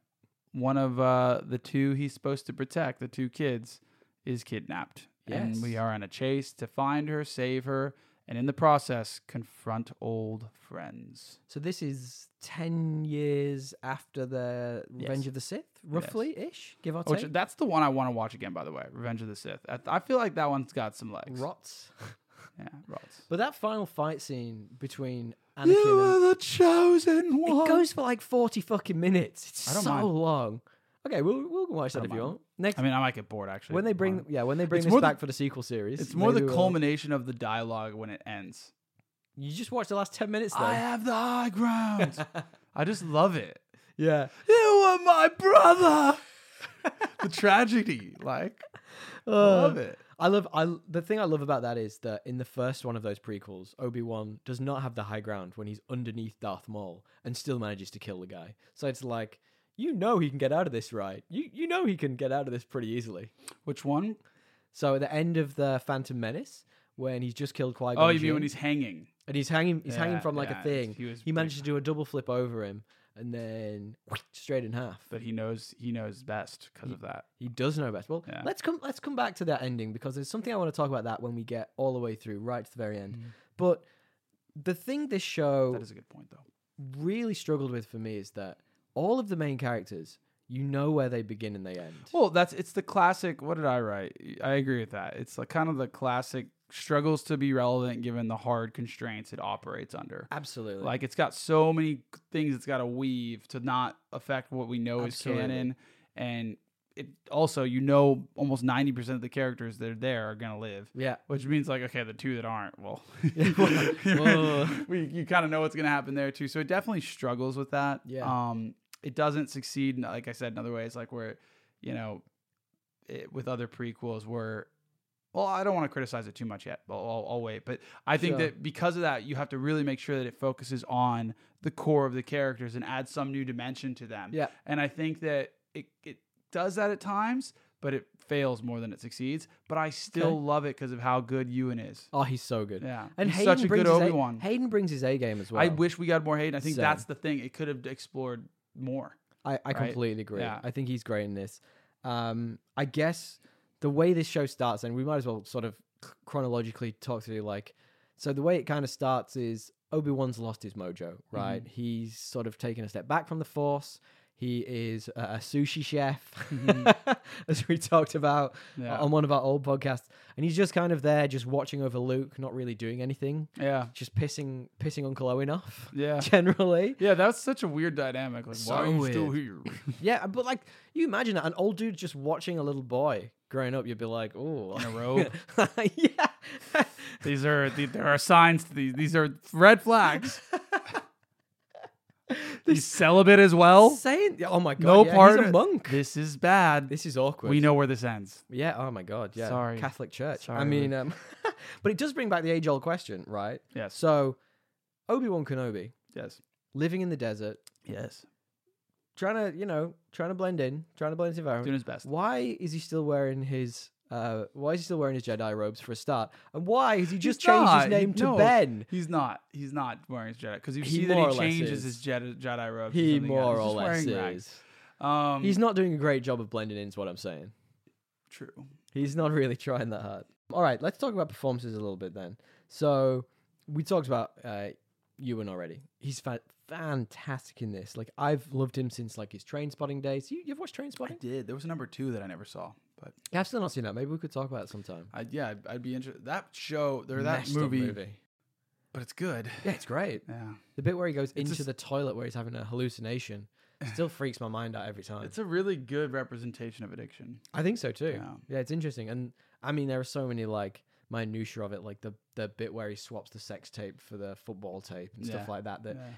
one of uh, the two he's supposed to protect, the two kids, is kidnapped. And we
Yes.
are on a chase to find her, save her, and in the process, confront old friends.
So this is ten years after the Revenge
Yes.
of the Sith, roughly ish, give or
Which
take.
that's the one I want to watch again, by the way. Revenge of the Sith. I, I feel like that one's got some legs.
Rots.
Yeah, rots.
But that final fight scene between
You
Anakin
are the chosen
and
one.
it goes for like forty fucking minutes. It's
I don't
so
mind.
long. Okay, we'll we'll watch that if
don't
you
mind.
want. Next,
I mean, I might get bored actually.
when they bring
Wow.
yeah, when they bring
It's
this
more the-
back for the sequel series,
it's more the
maybe we'll-
culmination of the dialogue when it ends.
You just watched the last ten minutes
I
though.
have the high ground. I just love it.
yeah.
You were my brother. the tragedy, like,
Uh, Oh.
love it.
I love I l- the thing I love about that is that in the first one of those prequels, Obi Wan does not have the high ground when he's underneath Darth Maul and still manages to kill the guy. So it's like you know he can get out of this right. You you know he can get out of this pretty easily.
Which one?
So at the end of the Phantom Menace, when he's just killed Qui Gon,
Oh, you mean when he's hanging?
and he's hanging he's hanging
Yeah,
from like
yeah,
a thing.
he was
He managed to
pretty-
do a double flip over him and then straight in half.
But he knows he knows best because of that.
He does know best. Well,
Yeah.
let's come let's come back to that ending because there's something I want to talk about that when we get all the way through, right to the very end. But the thing this show
Mm. That is a good point, though.
really struggled with for me is that all of the main characters, you know where they begin and they end.
Well, that's it's the classic. What did I write? I agree with that. It's like kind of the classic struggles to be relevant given the hard constraints it operates under.
Absolutely.
Like it's got so many things it's got to weave to not affect what we know
Absolutely.
is canon, and it also you know almost ninety percent of the characters that are there are gonna live.
yeah.
Which means like okay, the two that aren't, well,
Yeah, well, well.
we, you kind of know what's gonna happen there too. So it definitely struggles with that.
Yeah.
Um, it doesn't succeed. in- Like I said, in other ways, like where, you know, it, eh, with other prequels, where, well, I don't want to criticize it too much yet. But I'll, I'll wait. But I think
Sure.
that because of that, you have to really make sure that it focuses on the core of the characters and adds some new dimension to them.
Yeah.
And I think that it it does that at times, but it fails more than it succeeds. But I still
Okay.
love it because of how good Ewan is.
Oh, he's so good.
Yeah,
And
he's
Hayden
such a
brings
good
his A-
Obi Wan.
Hayden brings his A game as well.
I wish we got more Hayden. I think
Same.
that's the thing. It could have explored more.
I, I
right?
completely agree.
Yeah.
I think he's great in this. Um, I guess the way this show starts, and we might as well sort of c- chronologically talk through like, so the way it kind of starts is Obi Wan's lost his mojo,
Mm-hmm.
right? He's sort of taken a step back from the Force. He is a a sushi chef, as we talked about
Mm-hmm. Yeah.
on one of our old podcasts, and he's just kind of there, just watching over Luke, not really doing anything,
Yeah,
just pissing pissing Uncle Owen off.
yeah,
Generally,
yeah. That's such a weird dynamic. Like, why are
So
you still here?
weird. Yeah, uh, but like you imagine that an old dude just watching a little boy growing up, you'd be like, oh,
In a robe.
yeah,
these are the, there are signs to these. These are red flags. He's celibate as well.
saying, yeah, oh my god,
No
yeah, he's
partner.
a monk.
This is bad.
This is awkward.
we know where this ends.
Yeah. Oh my god. Yeah.
Sorry.
Catholic Church. I
Sorry,
mean, um, but it does bring back the age-old question, right?
Yes.
So, Obi Wan Kenobi
Yes.
living in the desert,
Yes.
trying to, you know, trying to blend in, trying to blend into the environment.
Doing his best.
Why is he still wearing his? Uh, why is he still wearing his Jedi robes for a start? And why has he just changed
not.
his name to
No.
Ben?
He's not. He's not wearing his Jedi because you
He
see that
more or
he
less
changes
is.
his Jedi, Jedi robe. to
He
something else.
more
He's
or
just
less
wearing rags.
is.
Um,
He's not doing a great job of blending in, is what I'm saying.
true.
He's not really trying that hard. All right, let's talk about performances a little bit then. So we talked about uh, Ewan already. He's fa- fantastic in this. Like I've loved him since like his Train Spotting days. You, you've watched Train
I
Spotting?
did. There was a number two that I never saw, but
I've still not seen that. Maybe we could talk about it sometime.
I, yeah, I'd, I'd be interested. That show or that
Messed up
movie, but it's good.
Yeah, it's great.
Yeah,
The bit where he goes into
just-
the toilet where he's having a hallucination still freaks my mind out every time.
it's a really good representation of addiction.
I think so too.
Yeah.
Yeah, it's interesting, and I mean there are so many like minutia of it, like the the bit where he swaps the sex tape for the football tape and stuff
Yeah.
like that. That is
Yeah.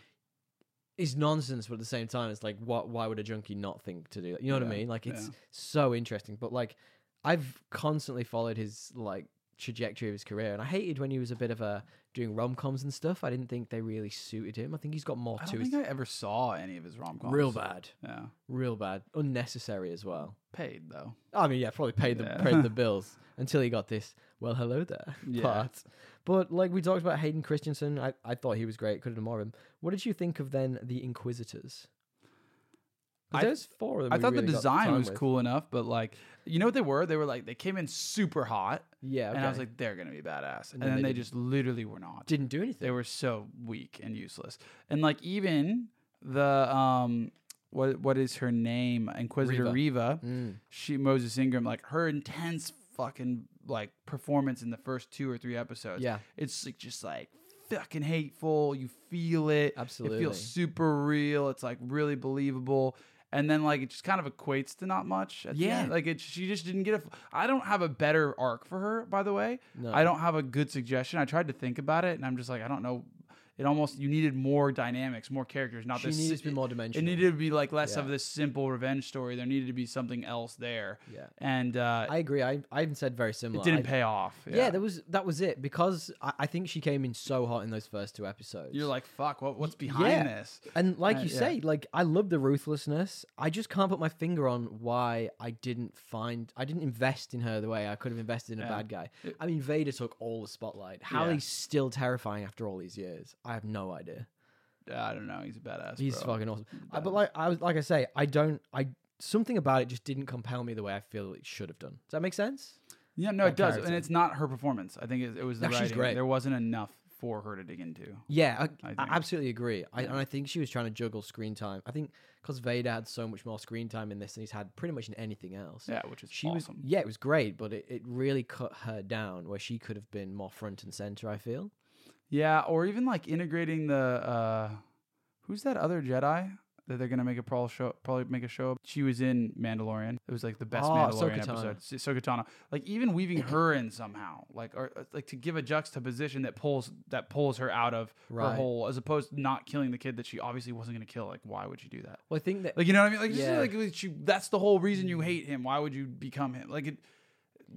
nonsense, but at the same time, it's like what? Why would a junkie not think to do that? You know what I
Yeah,
mean? Like it's
yeah.
so interesting, but like I've constantly followed his like trajectory of his career, and I hated when he was a bit of a doing rom coms and stuff. I didn't think they really suited him. I think he's got more
I
to
don't
his
think I ever saw any of his rom coms.
real bad,
Yeah,
real bad, unnecessary as well.
paid though.
I mean, yeah, probably paid the
Yeah.
paid the bills until he got this. Well, hello there.
Yeah.
Part. But like we talked about Hayden Christensen, I, I thought he was great. Could have done more of him. What did you think of then the Inquisitors? 'Cause
I-
there's four of them.
I
we
thought
really
the
got
design
time
was
with.
cool enough, but like, you know what they were? They were like they came in super hot,
Yeah, okay.
and I was like, they're gonna be badass, and,
then
then,
they
they
didn't.
just literally were not.
didn't do
they
anything.
were so weak and useless. And like even the um what what is her name? Inquisitor
Reva.
Riva.
Mm.
She Moses Ingram, like her intense fucking like performance in the first two or three episodes.
Yeah.
It's like just like fucking hateful. You feel it. It
Absolutely.
feels super real. It's like really believable. And then like it just kind of equates to not much. At
Yeah.
The end. Like it she just didn't get a I don't have a better arc for her, by the way.
No.
I don't have a good suggestion. I tried to think about it, and I'm just like, I don't know. It almost you needed more dynamics, more characters, not
She
this.
needed to be more
It
dimensional.
needed to be like less of
Yeah.
this simple revenge story. There needed to be something else there,
yeah,
and uh,
I agree. I I even said very similar.
it didn't
I-
pay off. Yeah,
Yeah. that was that was it because I, I think she came in so hot in those first two episodes.
you're like, fuck. What, what's behind
yeah.
this?
And like
Uh,
you
yeah.
say, like I love the ruthlessness. I just can't put my finger on why I didn't find I didn't invest in her the way I could have invested in a
Yeah.
bad guy.
It-
I mean, Vader took all the spotlight. How
Yeah.
he's still terrifying after all these years, I have no idea.
I don't know. He's a badass.
He's
bro.
fucking awesome. I, but like I was like I say, I don't I something about it just didn't compel me the way I feel it should have done. Does that make sense?
Yeah, no, it
that
does,
character.
and it's not her performance. I think it, it was the
No, she's
writing.
great.
There wasn't enough for her to dig into.
Yeah, I,
I
I
think.
absolutely agree. I,
Yeah.
and I think she was trying to juggle screen time. I think because Vader had so much more screen time in this than he's had pretty much in anything else.
Yeah, which is
She
awesome.
was, yeah, it was great, but it, it really cut her down where she could have been more front and center, I feel.
Yeah, or even like integrating the uh who's that other Jedi that they're gonna make a pro show probably make a show of? She was in Mandalorian. It was like the best
Oh,
Mandalorian
Ahsoka Tano.
episode. So- Ahsoka Tano. Like even weaving her in somehow. Like or uh, like to give a juxtaposition that pulls that pulls her out of her
Right.
whole as opposed to not killing the kid that she obviously wasn't gonna kill. Like why would you do that?
Well, I think that
Like you know what I mean? Like, this is
Yeah.
like like she, that's the whole reason you hate him. Why would you become him? Like it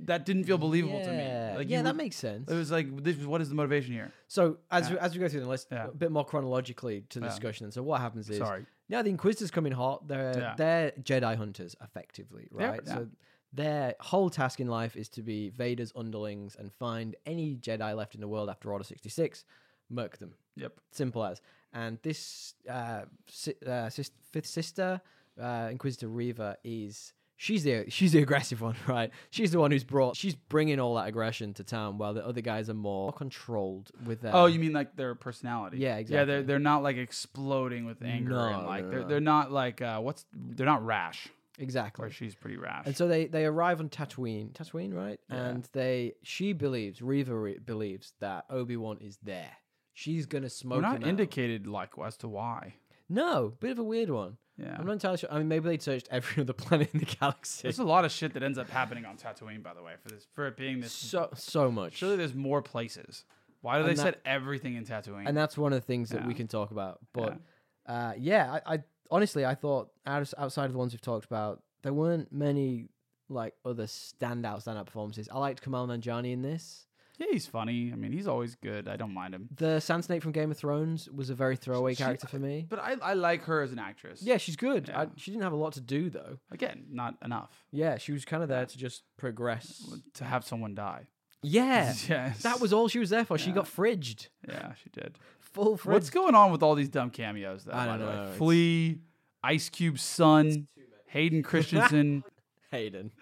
that didn't feel believable to me. Like
yeah,
you
that
would-
makes sense.
it was like this is what is the motivation here?
so as
Yeah.
we, as we go through the list,
Yeah.
a bit more chronologically to the
Yeah.
discussion. And so what happens is,
Sorry.
now the Inquisitors come in hot. They're
Yeah.
they're Jedi hunters, effectively,
They're-
right?
yeah.
So their whole task in life is to be Vader's underlings and find any Jedi left in the world after Order sixty six, murk them.
Yep.
Simple as. And this uh, si- uh, sis- fifth sister, uh, Inquisitor Reva, is she's the she's the aggressive one, right? She's the one who's brought she's bringing all that aggression to town, while the other guys are more controlled with their.
Oh, you mean like their personality?
Yeah,
Yeah,
exactly.
they're they're not like exploding with anger and
No,
like
no,
they're
no.
they're not like uh, what's they're not rash.
exactly.
Or she's pretty rash.
And so they they arrive on Tatooine, Tatooine, right?
Yeah.
And they she believes Reva re- believes that Obi Wan is there. She's gonna smoke
We're not
him out.
indicated like as to why.
no, bit of a weird one.
Yeah,
I'm not entirely sure. I mean, maybe they searched every other planet in the galaxy.
there's a lot of shit that ends up happening on Tatooine, by the way, for this for it being this.
So so much.
surely there's more places. Why do they
And that-
set everything in Tatooine?
and that's one of the things that we
Yeah.
can talk about. But yeah, uh, yeah I, I honestly I thought out, outside of the ones we've talked about, there weren't many like other standout standout performances. I liked Kamal Nanjiani in this.
yeah, he's funny. I mean, he's always good. I don't mind him.
The Sand Snake from Game of Thrones was a very throwaway
she-
character for me.
But I, I like her as an actress.
Yeah, she's good. I,
Yeah.
she didn't have a lot to do though.
Again, not enough
Yeah, she was kind of there to just progress.
to have someone die.
Yeah,
Yes.
that was all she was there for. She
Yeah.
got fridged,
Yeah, she did.
full fridged.
What's going on with all these dumb cameos, though?
I don't
by the way?
know, it's-
Flea, Ice Cube's son, Hayden Christensen.
Hayden?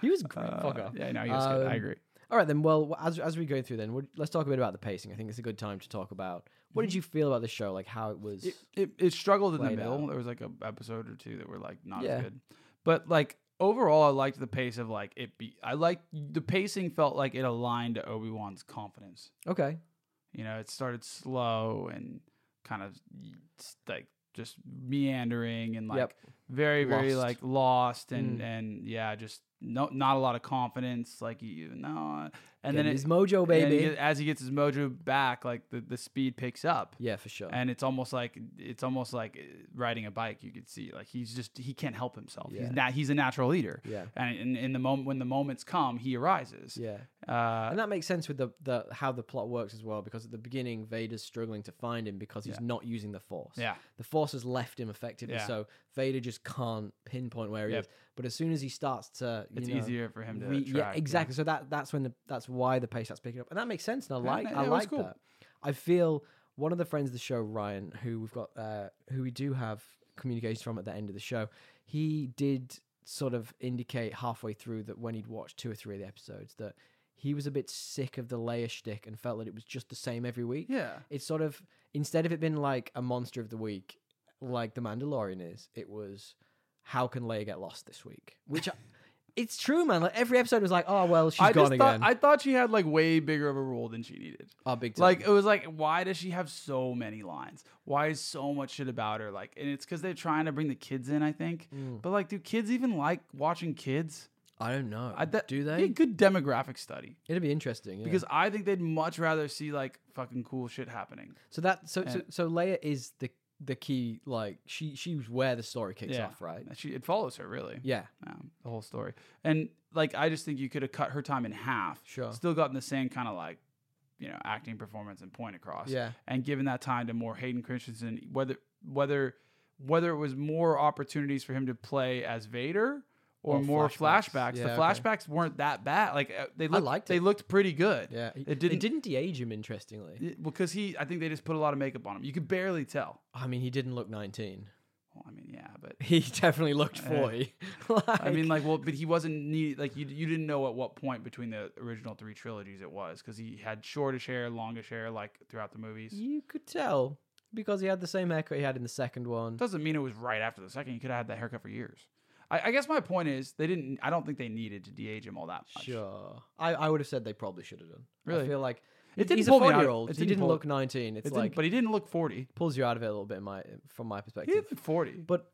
He was great.
uh,
Fuck off.
Yeah, no, he was good. I
Um,
agree.
All right then. Well, wh- as as we go through, then what- let's talk a bit about the pacing. I think it's a good time to talk about what did you feel about the show, like how it was.
Mm-hmm. It, it, it struggled in the
played
middle.
out.
There was like a episode or two that were like not
Yeah.
as good, but like overall, I liked the pace of like it. Be I like the pacing felt like it aligned to Obi Wan's confidence.
okay.
You know, it started slow and kind of s- like just meandering and like
Yep.
very very
Lost.
like lost and
Mm.
and yeah, just no not a lot of confidence. Like you no, and then
Getting
it,
his mojo,
and he
baby.
get- as he gets his mojo back, like the the speed picks up.
yeah, for sure.
And it's almost like it's almost like uh, riding a bike. You could see, like he's just he can't help himself.
Yeah.
He's not he's a natural leader.
yeah,
And in, in the moment when the moments come, he arises.
yeah.
Uh,
And that makes sense with the, the how the plot works as well, because at the beginning Vader's struggling to find him because he's
Yeah.
not using the Force.
yeah,
The Force has left him effectively,
Yeah.
so Vader just can't pinpoint where he
Yep.
is. But as soon as he starts to, you
it's
know,
easier for him to.
re-
track,
yeah, exactly. So that that's when the that's why the pace starts picking up, and that makes sense. And I
Yeah,
like
no,
I
it was
like
cool.
that. I feel one of the friends of the show, Ryan, who we've got, uh, who we do have communications from at the end of the show, he did sort of indicate halfway through that when he'd watched two or three of the episodes that he was a bit sick of the layer shtick and felt that it was just the same every week.
Yeah.
It's sort of instead of it being like a monster of the week, like The Mandalorian is, it was how can Leia get lost this week? Which I, it's true, man. Like every episode was like, oh well, she's
I
gone
just thought
again.
I thought she had like way bigger of a role than she needed.
oh, big time.
Like it was like, why does she have so many lines? Why is so much shit about her? Like, and it's because they're trying to bring the kids in, I think.
Mm.
But like, do kids even like watching kids?
I don't know.
I, that,
Do
be
they?
a good demographic study
It'd be interesting yeah.
because I think they'd much rather see like fucking cool shit happening.
so that so so,
and-
so Leia is the the key. Like she she was where the story kicks
Yeah.
off, right?
She it follows her really,
Yeah,
um, the whole story. And like, I just think you could have cut her time in half,
Sure.
still gotten the same kind of like, you know, acting performance and point across.
yeah,
and given that time to more Hayden Christensen, whether whether whether it was more opportunities for him to play as Vader or,
Or
more
flashbacks.
flashbacks.
Yeah,
the
okay.
flashbacks weren't that bad. Like uh, they looked,
liked
they
it.
looked pretty good.
yeah. It
It
didn't,
didn't-
de-age him. Interestingly,
It- because he, I think they just put a lot of makeup on him. You could barely tell.
I mean, he didn't look nineteen.
Well, I mean, yeah, but
He definitely looked
Yeah.
forty.
I mean, like, well, but he wasn't need like you. You didn't know at what point between the original three trilogies it was because he had shortish hair, longish hair, like throughout the movies.
you could tell because he had the same haircut he had in the second one.
Doesn't mean it was right after the second. He could have had that haircut for years. I, I guess my point is they didn't. I don't think they needed to de-age him all that much.
Sure, I, I would have said they probably should have done. I
Really?
feel like he-
It didn't
he's a
pull me out.
four-year-old.
It
he
didn't
didn't
pull-
look nineteen.
It
It's
didn't-
like
but he didn't look forty.
pulls you out of it a little bit, in my from my
He
perspective.
didn't look forty.
But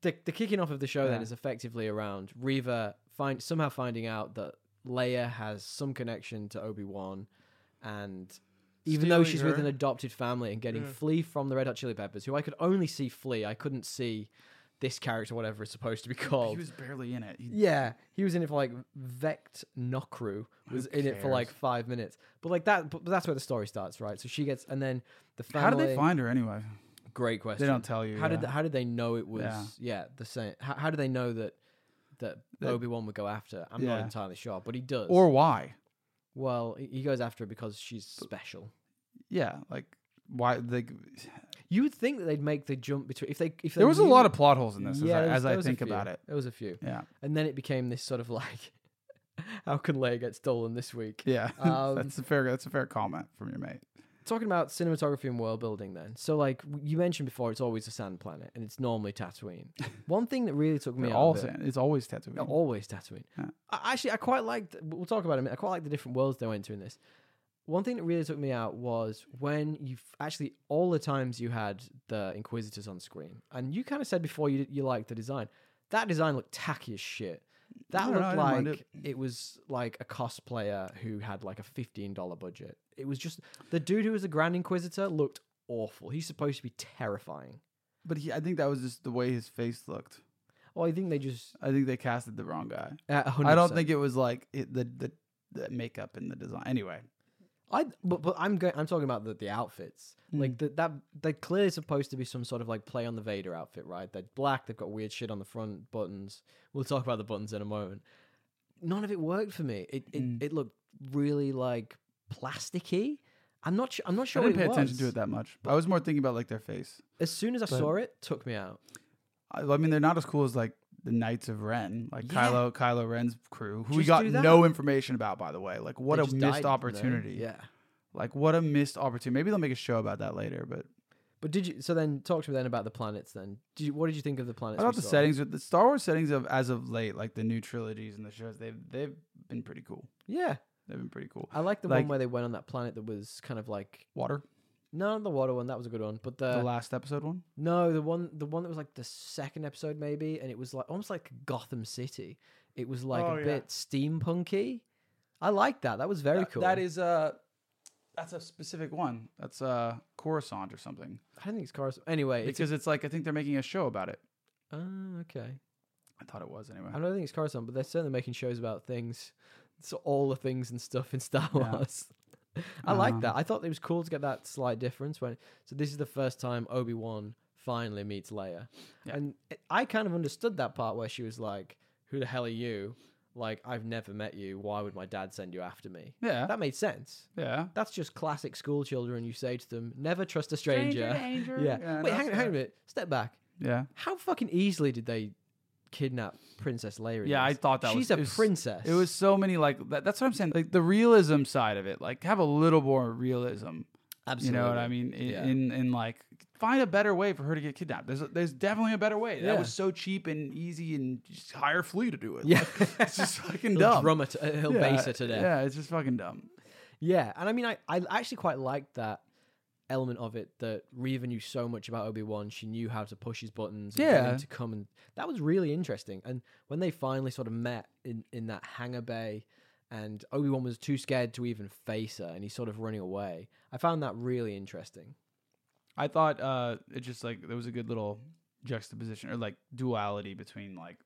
the the kicking off of the show then is
Yeah.
effectively around Reva find somehow finding out that Leia has some connection to Obi Wan, and even though
Stealing
she's with
her.
an adopted family and getting
Yeah.
Flea from the Red Hot Chili Peppers, who I could only see Flea, I couldn't see this character, whatever it's supposed to be
he
called.
was barely in it. He-
yeah, he was in it for like Vect Nokru was in it for
cares?
like five minutes, but like that, but that's where the story starts, right? So she gets, and then the family.
How did they find her anyway?
Great question.
They don't tell you.
How did
yeah.
th- how did they know it was yeah,
Yeah.
the same? How, how did they know that that,
That-
Obi Wan would go after? I'm not
Yeah.
entirely sure, but he does.
or why?
well, he- he goes after her because she's special.
Yeah, like why? Like
You would think that they'd make the jump between if they if they
there was a
knew-
lot of plot holes in this
Yeah, there was-
as I,
there
as I
was a
think
few.
about it.
There was a few,
Yeah,
and then it became this sort of like, how can Leia get stolen this week?
yeah.
Um,
that's a fair. That's a fair comment from your mate.
Talking about cinematography and world building, then. So, like w- you mentioned before, it's always a sand planet, and it's normally Tatooine. One thing that really took me
They're
out
all
of it,
sand. It's always tattooed.
No, always Tatooine.
Yeah.
I, actually, I quite liked. We'll talk about it. in a minute. I quite like the different worlds they went to in this. One thing that really took me out was when you f- actually all the times you had the Inquisitors on screen, and you kind of said before you you liked the design. That design looked tacky as shit. That
No, no, I
looked
didn't mind
like it. was like a cosplayer who had like a fifteen dollar budget. It was just the dude who was the Grand Inquisitor looked awful. He's supposed to be terrifying.
But he, I think that was just the way his face looked.
Oh, I think they just.
I think they casted the wrong guy.
Uh, 100%.
I don't think it was like it, the, the the makeup and the design. Anyway,
I but, but I'm going. I'm talking about the, the outfits.
Mm.
Like the, that they're clearly supposed to be some sort of like play on the Vader outfit, right? They're black. They've got weird shit on the front buttons. We'll talk about the buttons in a moment. None of it worked for me. It it,
Mm.
it looked really like plasticky. I'm not. Su- I'm not sure.
I didn't
what
pay
it
attention to
was.
it that much. I was more thinking about like their face.
As soon as I
but-
saw it, took me out.
I, I mean, they're not as cool as like the Knights of Ren, like
Yeah.
Kylo Kylo Ren's crew, who we
Just
got
do that.
no information about, by the way. Like, what
They
a
just died
missed
there.
opportunity.
Yeah.
Like, what a missed opportunity. Maybe they'll make a show about that later. But
But did you? So then, talk to me then about the planets. Then, did you, what did you think of the planets?
I thought
we
the
saw?
settings, with the Star Wars settings of as of late, like the new trilogies and the shows, they've they've been pretty cool.
Yeah,
They've been pretty cool.
I like the one
Like-
where they went on that planet that was kind of like
Water,
No, not the water one. That was a good one. But the,
the last episode one.
no, the one the one that was like the second episode maybe, and it was like almost like Gotham City. It was like
Oh,
a
yeah.
bit steampunky. I liked that. That was very
That-
cool.
That is uh that's a specific one. That's uh Coruscant or something.
I don't think it's cars. Anyway, it's
Because it's like I think they're making a show about it.
oh, okay.
I thought it was anyway.
I don't think it's Coruscant, but they're certainly making shows about things. So all the things and stuff in Star
Yeah.
Wars. I like
Um,
that. I thought it was cool to get that slight difference when. So this is the first time Obi Wan finally meets Leia,
Yeah.
and it, I kind of understood that part where she was like, "Who the hell are you? Like, I've never met you. Why would my dad send you after me?"
Yeah.
That made sense.
yeah.
That's just classic school children. You say to them, "Never trust a stranger."
danger.
yeah.
Yeah,
Wait,
that's
hang on, hang on a minute. Step back.
Yeah.
How fucking easily did they kidnap Princess Leia? in
Yeah, I
this?
thought that
she's
was
a
it was-
princess.
It was so many like that, that's what I'm saying. Like the realism side of it. Like have a little more realism.
absolutely.
You know what I mean? In,
Yeah.
in in like find a better way for her to get kidnapped. There's there's definitely a better way.
Yeah.
That was so cheap and easy and just hire Flea to do it.
Yeah.
Like, it's just fucking
He'll
dumb.
drum her to- uh, he'll base her to death. Yeah.
Yeah, it's just fucking dumb.
and I mean, I, I actually quite liked that element of it that Reva knew so much about Obi Wan. She knew how to push his buttons. And get him
Yeah.
to come and that was really interesting. And when they finally sort of met in in that hangar bay, and Obi Wan was too scared to even face her, and he's sort of running away. I found that really interesting.
I thought uh, it just like there was a good little juxtaposition or like duality between like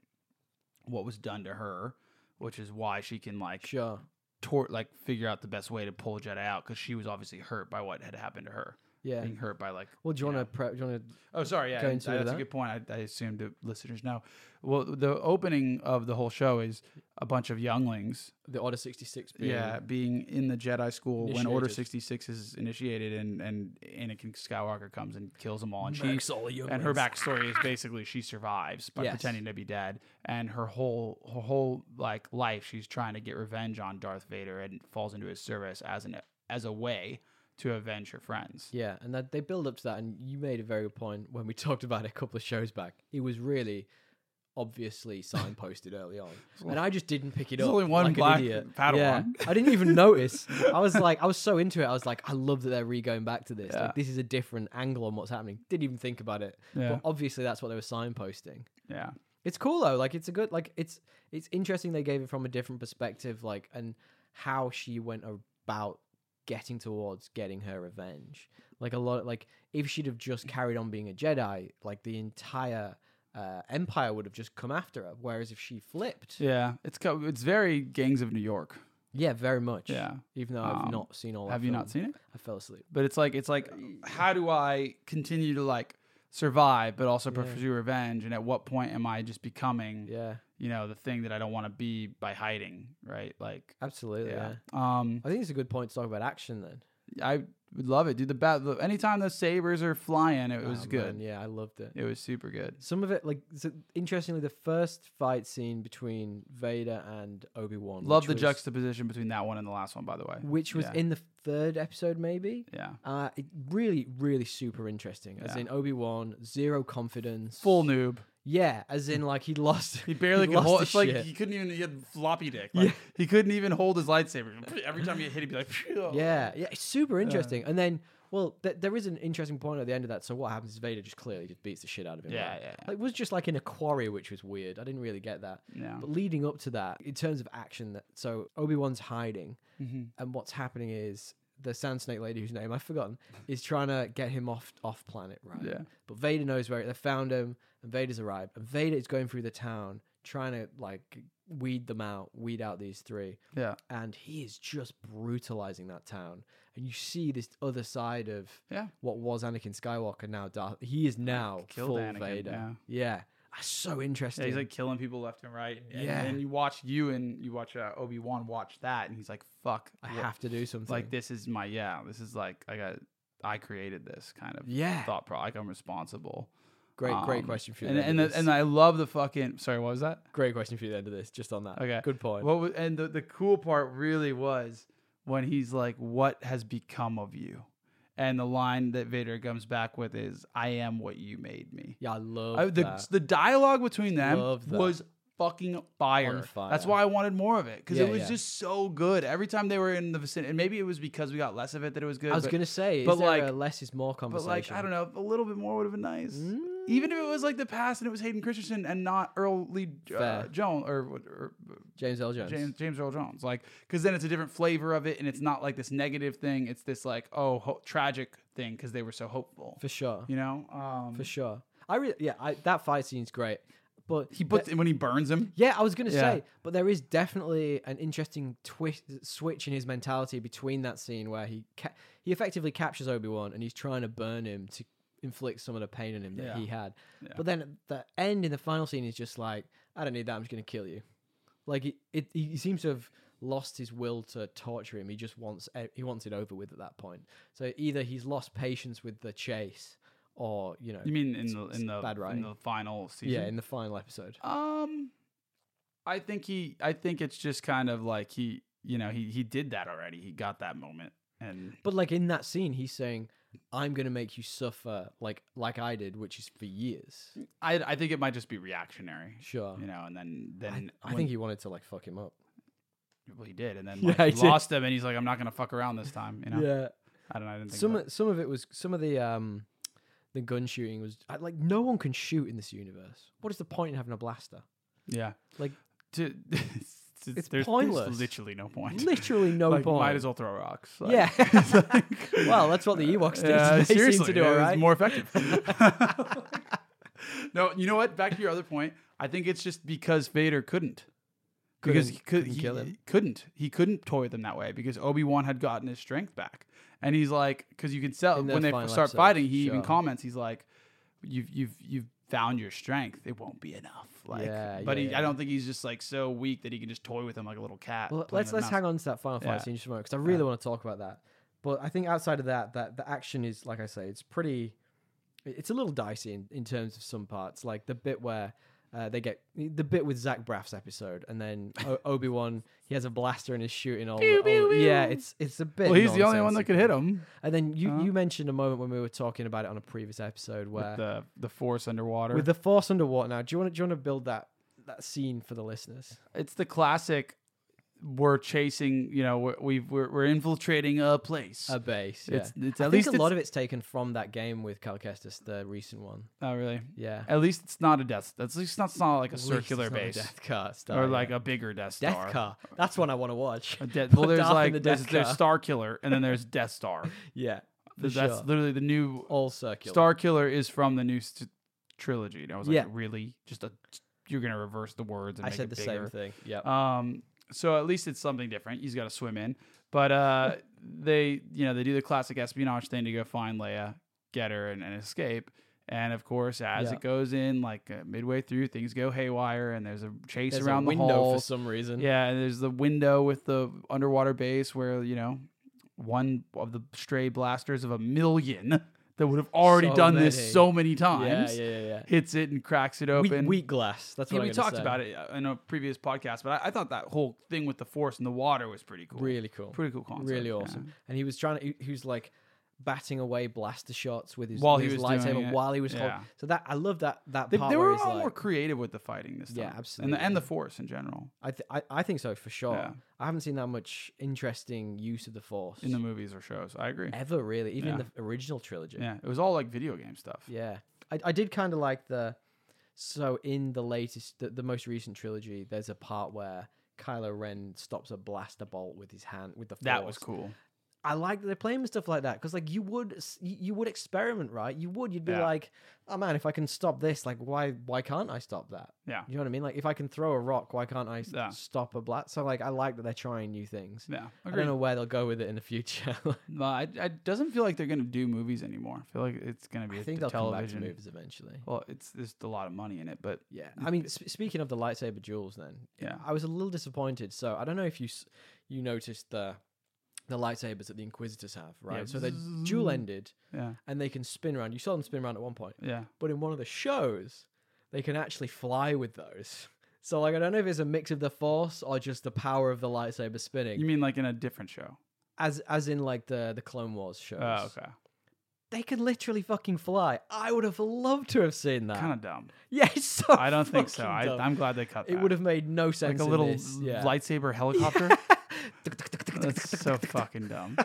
what was done to her, which is why she can like
Sure.
tor- like figure out the best way to pull Jedi out because she was obviously hurt by what had happened to her.
Yeah.
being hurt by like.
Well, do you want
you know.
to prep? Do you want to?
Oh, sorry. Yeah,
Go
I-
into
I- that's
that?
a good point. I, I assume the listeners know. Well, the opening of the whole show is a bunch of younglings,
The Order 66 being
yeah, being in the Jedi school when Order
Initiated.
sixty six is initiated, and and Anakin Skywalker comes and kills them all, and she
Mercs all the
and her
younglings.
backstory is basically she survives by
Yes.
pretending to be dead, and her whole her whole like life she's trying to get revenge on Darth Vader and falls into his service as an as a way to avenge her friends.
Yeah, and that they build up to that, and you made a very good point when we talked about it a couple of shows back. It was really obviously signposted early on, and I just didn't pick it
There's
up.
only one
like an
black
idiot.
Padawan.
Yeah, I didn't even notice. I was like, I was so into it. I was like, I love that they're re going back to this.
Yeah.
Like, this is a different angle on what's happening. Didn't even think about it.
Yeah.
But obviously, that's what they were signposting.
Yeah.
It's cool though. Like, it's a good. Like, it's it's interesting they gave it from a different perspective. Like, and how she went about getting towards getting her revenge. Like a lot, like if she'd have just carried on being a Jedi, like the entire uh, Empire would have just come after her. Whereas if she flipped, yeah,
Yeah, it's co- it's very Gangs of New York.
very much.
Yeah.
even though I've
Um,
not seen all. that
Have you not
film.
seen it?
I fell asleep.
But it's like it's like how do I continue to like survive but also pursue revenge and at what point am I just becoming,
Yeah,
you know, the thing that I don't want to be by hiding, right? Like
absolutely. Yeah.
yeah. Um
I think it's a good point to talk about action then.
I would love it. Dude, the bat the, anytime those sabers are flying, it was
Oh,
good.
man, yeah, I loved it.
It was super good.
Some of it, like so, interestingly, the first fight scene between Vader and Obi Wan.
Love the
was,
juxtaposition between that one and the last one by the way.
which was
Yeah.
in the third episode, maybe.
Yeah.
Uh, it really, really super interesting. As
Yeah.
in Obi Wan, zero confidence.
Full noob.
Yeah, as in like he lost.
He barely could
lost
hold.
his
It's like
shit.
he couldn't even. He had floppy dick. Like,
Yeah.
He couldn't even hold his lightsaber. Every time he hit, he'd be like, "Phew."
yeah, yeah, it's super interesting. and then, well, th- there is an interesting point at the end of that. So what happens is Vader just clearly just beats the shit out of him.
Yeah,
right?
yeah, yeah.
Like, it was just like in a quarry, which was weird. I didn't really get that.
Yeah.
But leading up to that, in terms of action, that so Obi Wan's hiding, and what's happening is the Sand Snake lady, whose name I've forgotten, is trying to get him off off planet, right?
Yeah.
But Vader knows where they found him, and Vader's arrived, and Vader is going through the town trying to like weed them out, weed out these three,
Yeah.
and he is just brutalizing that town. And you see this other side of
Yeah.
what was Anakin Skywalker now Darth. He is now
killed
full
Anakin,
Vader.
yeah.
That's so interesting.
Yeah, he's like killing people left and right. And,
Yeah.
And you watch you and you watch uh, Obi Wan watch that, and he's like, "Fuck,
I
what-
have to do something.
Like this is my yeah. This is like I got. I created this kind of
Yeah.
thought. Pro- like I'm responsible.
Great, great
Um,
question for you. at
And
the end
and
of
the,
this.
and I love the fucking. Sorry, what was that?
Great question for you at the end of this, just on that.
Okay.
Good point.
What was, and the, the cool part really was when he's like, What has become of you? And the line that Vader comes back with is, I am what you made me.
yeah, I love
I- the,
that.
the dialogue between them
Love that.
was fucking fire.
On fire.
That's why I wanted more of it because
Yeah,
it was
yeah.
just so good. Every time they were in the vicinity, and maybe it was because we got less of it that it was good.
I was
but-
gonna say,
but
is there
like-
a less is more
but
conversation? Mm.
like, I don't know, a little bit more would have been nice. Even if it was like the past and it was Hayden Christensen and not Earl Lee uh,
Fair.
Jones or, or
James L. Jones.
James James Earl Jones. Like, because then it's a different flavor of it, and it's not like this negative thing. It's this like oh ho- tragic thing because they were so hopeful.
for sure,
you know, um,
for sure. I really, yeah, I, that fight scene's great, but
he puts when he burns him.
Yeah, I was gonna
Yeah.
say, but there is definitely an interesting twist switch in his mentality between that scene where he ca- he effectively captures Obi Wan and he's trying to burn him to inflict some of the pain on him that
Yeah.
he had. But then at the end in the final scene is just like, I don't need that. I'm just gonna kill you. Like it, it he seems to have lost his will to torture him. He just wants e- he wants it over with at that point. So either he's lost patience with the chase, or you know,
You mean in the in the
bad
in
writing.
the final season?
yeah, in the final episode.
um, I think he. I think it's just kind of like he. You know, he he did that already. He got that moment, and
But like in that scene, he's saying, "I'm gonna make you suffer like like I did, which is for years."
I I think it might just be reactionary.
Sure.
You know, and then then
I think he wanted to like fuck him up.
well, he did, and then
Yeah,
like,
he
he
did.
lost him, and he's like, "I'm not gonna fuck around this time." You know,
Yeah.
I don't know. I didn't think
Some
about-
of- some of it was some of the um the gun shooting was I- like no one can shoot in this universe. What is the point in having a blaster?
yeah,
Like
to, it's,
It's pointless.
literally no point.
literally no
like,
point.
Might as well throw rocks. Like,
Yeah.
it's like-
well, that's what the Ewoks did. they seem to do
it
all
was
right.
more effective. no, you know what? Back to your other point. I think it's just because Vader couldn't. because
Couldn't-
he could
couldn't
he
kill him.
couldn't he couldn't toy with them that way because Obi Wan had gotten his strength back and he's like, because you can sell
In the
when they
final
start
episode,
fighting. He even
sure.
comments, he's like, "You've you've you've found your strength. It won't be enough." Like,
Yeah,
but
yeah,
he,
yeah.
I don't think he's just like so weak that he can just toy with him like a little cat.
Well,
playing
let's
with
let's
mouse.
hang on to that final fight
Yeah.
scene just a moment because I really
Yeah.
want to talk about that. But I think outside of that, that the action is like I say, it's pretty. It's a little dicey in, in terms of some parts, like the bit where. Uh, they get the bit with Zach Braff's episode, and then Obi Wan he has a blaster and is shooting all. the- all the- yeah, it's it's a bit.
Well, he's the only one that could
nonsensical.
hit him
And then you,
Uh-huh.
you mentioned a moment when we were talking about it on a previous episode where
with the the force underwater.
Uh, with the force underwater. Now, do you want to do you want to build that that scene for the listeners?
it's the classic. We're chasing, you know, we're, we've, we're we're infiltrating a place.
A base. Uh, Yeah.
It's it's
I
at
think
least
a lot of it's taken from that game with Cal Kestis, the recent one.
Oh, really?
Yeah.
At least it's not a death. At least it's not, it's not like a
At least
circular
it's not a
base
Death Car star,
or like
yeah.
a bigger Death Star.
Death Car. That's one I want to watch.
A death,
Put
well, there's
Darth in
like
the
there's,
Death
there's
Car.
Star Killer and then there's Death Star.
yeah. For
Th- That's
sure.
literally the new
All circular.
Star Killer is from the new st- trilogy. And I was like,
Yeah.
really? Just a you're gonna reverse the words and
I
make
said
it
the
bigger.
same thing. Yeah.
Um, so at least it's something different. He's got to swim in, but uh, they, you know, they do the classic espionage thing to go find Leia, get her, and, and escape. And of course, as
Yeah.
it goes in, like uh, midway through, things go haywire, and there's a chase
There's a
around the
window for
hall.
some reason.
Yeah, and there's the window with the underwater base where you know one of the stray blasters of a million that would have already
So
done
many.
this so many
Yeah.
times
Yeah. Yeah.
hits it and cracks it
yeah.
open
Wheat, wheat glass. That's what
yeah,
I'm
we
gonna
talked
say.
about it uh, in a previous podcast, but I, I thought that whole thing with the force and the water was pretty cool.
Really cool.
pretty cool concept.
really
yeah.
awesome. And he was trying to, he, he was like batting away blaster shots with his,
While
with
he
his
was doing
lightsaber
it,
while he was
yeah.
holding. So that I love that that
They,
part
they
where
were a
he's
lot
like,
more creative with the fighting this time.
Yeah,
And the, and
absolutely.
the force in general
I, th- I I think so for sure.
Yeah.
I haven't seen that much interesting use of the force
in the movies or shows. I agree.
ever really, even in the original trilogy.
Yeah, it was all like video game stuff.
Yeah. I, I did kind of like the. So in the latest, the, the most recent trilogy, there's a part where Kylo Ren stops a blaster bolt with his hand with the force.
That was cool.
I like that they're playing with stuff like that because, like, you would s- you you would experiment, right? You would. You'd be
Yeah.
like, "Oh man, if I can stop this, like, why why can't I stop that?"
Yeah.
You know what I mean? Like, if I can throw a rock, why can't I s-
Yeah.
stop a blast? So, like, I like that they're trying new things.
Yeah,
I
agree.
don't know where they'll go with it in the future.
No, I, I doesn't feel like they're gonna do movies anymore. I feel like it's gonna be
I
a
think
the
they'll come back to
television.
movies eventually.
Well, it's there's a lot of money in it, but
Yeah, I mean, sp- speaking of the lightsaber duels, then
Yeah.
I was a little disappointed. So I don't know if you s- you noticed the the lightsabers that the Inquisitors have, right? So they're dual ended
yeah,
and they can spin around. You saw them spin around at one point,
yeah.
but in one of the shows, they can actually fly with those. So like, I don't know if it's a mix of the Force or just the power of the lightsaber spinning,
You mean like in a different show?
as as in like the the Clone Wars shows.
Oh, okay.
They can literally fucking fly. I would have loved to have seen that.
Kind of dumb.
Yeah, it's so.
I don't think so.
Uh, fucking
I,
dumb.
I'm glad they cut that.
It would have made no sense.
like a
in
little
this. Yeah.
lightsaber helicopter. That's so fucking dumb.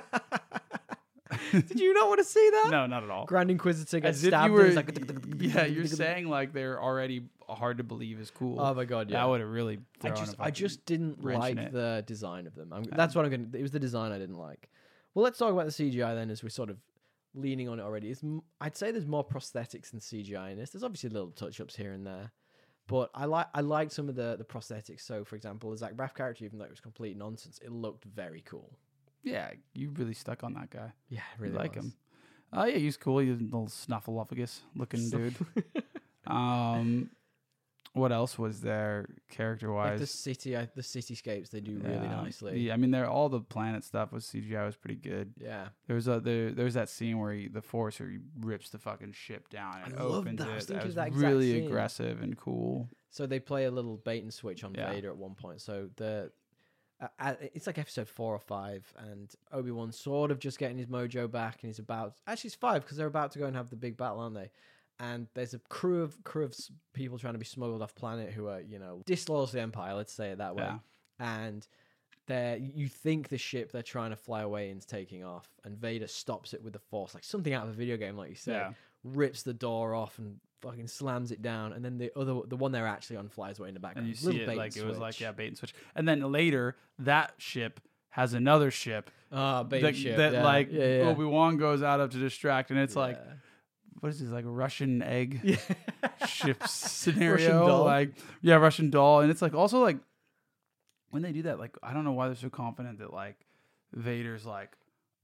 Did you not want to see that?
No, not at all.
Grand Inquisitor gets
As if
stabbed.
you were,
and it's like,
yeah, you're saying like they're already hard to believe is cool.
Oh my god, yeah.
That would have really.
I
thrown a
just, I
fucking-
just didn't
wrench in
like
it. Uh,
the design of them. I'm, that's what I'm gonna. It was the design I didn't like. Well, let's talk about the CGI then, as we're sort of leaning on it already. It's, m- I'd say there's more prosthetics than CGI in this. There's obviously little touch-ups here and there, but I like I liked some of the the prosthetics. So, for example, the Zach Braff character, even though it was complete nonsense, it looked very cool.
yeah, you really stuck on that guy.
Yeah, I
You
really
like
was.
him. Oh yeah, he's cool. He's a little snuffleupagus looking dude. Um, what else was there character
Like
wise?
the city, I, the cityscapes they do really nicely.
Yeah, I mean, they're all the planet stuff with CGI was pretty good.
Yeah,
There was a there, there was that scene where he, the force he rips the fucking ship down and
I loved
opens
that. I was
it.
thinking
That
of
was
that exact
really
scene.
aggressive and cool.
So they play a little bait and switch on
Yeah.
Vader at one point. So the uh, uh, it's like episode four or five, and Obi Wan sort of just getting his mojo back, and he's about actually it's five because they're about to go and have the big battle, aren't they? And there's a crew of crew of s- people trying to be smuggled off planet who are you know disloyal to the Empire. Let's say it that way.
Yeah.
And they you think the ship they're trying to fly away in's taking off, and Vader stops it with the Force, like something out of a video game, like you said
Yeah.
rips the door off and fucking slams it down, and then the other, the one they're actually on, flies away in the
And
background.
you
Little bait
see it
and
like it was like
switch.
yeah bait and switch. And then later that ship has another ship
ah, baby
that,
ship
that
yeah.
like
yeah, yeah.
Obi Wan goes out of to distract, and it's like
Yeah.
what is this like Russian egg
yeah.
ship scenario?
doll.
Like yeah, Russian doll, and it's like also like when they do that, like I don't know why they're so confident that like Vader's like.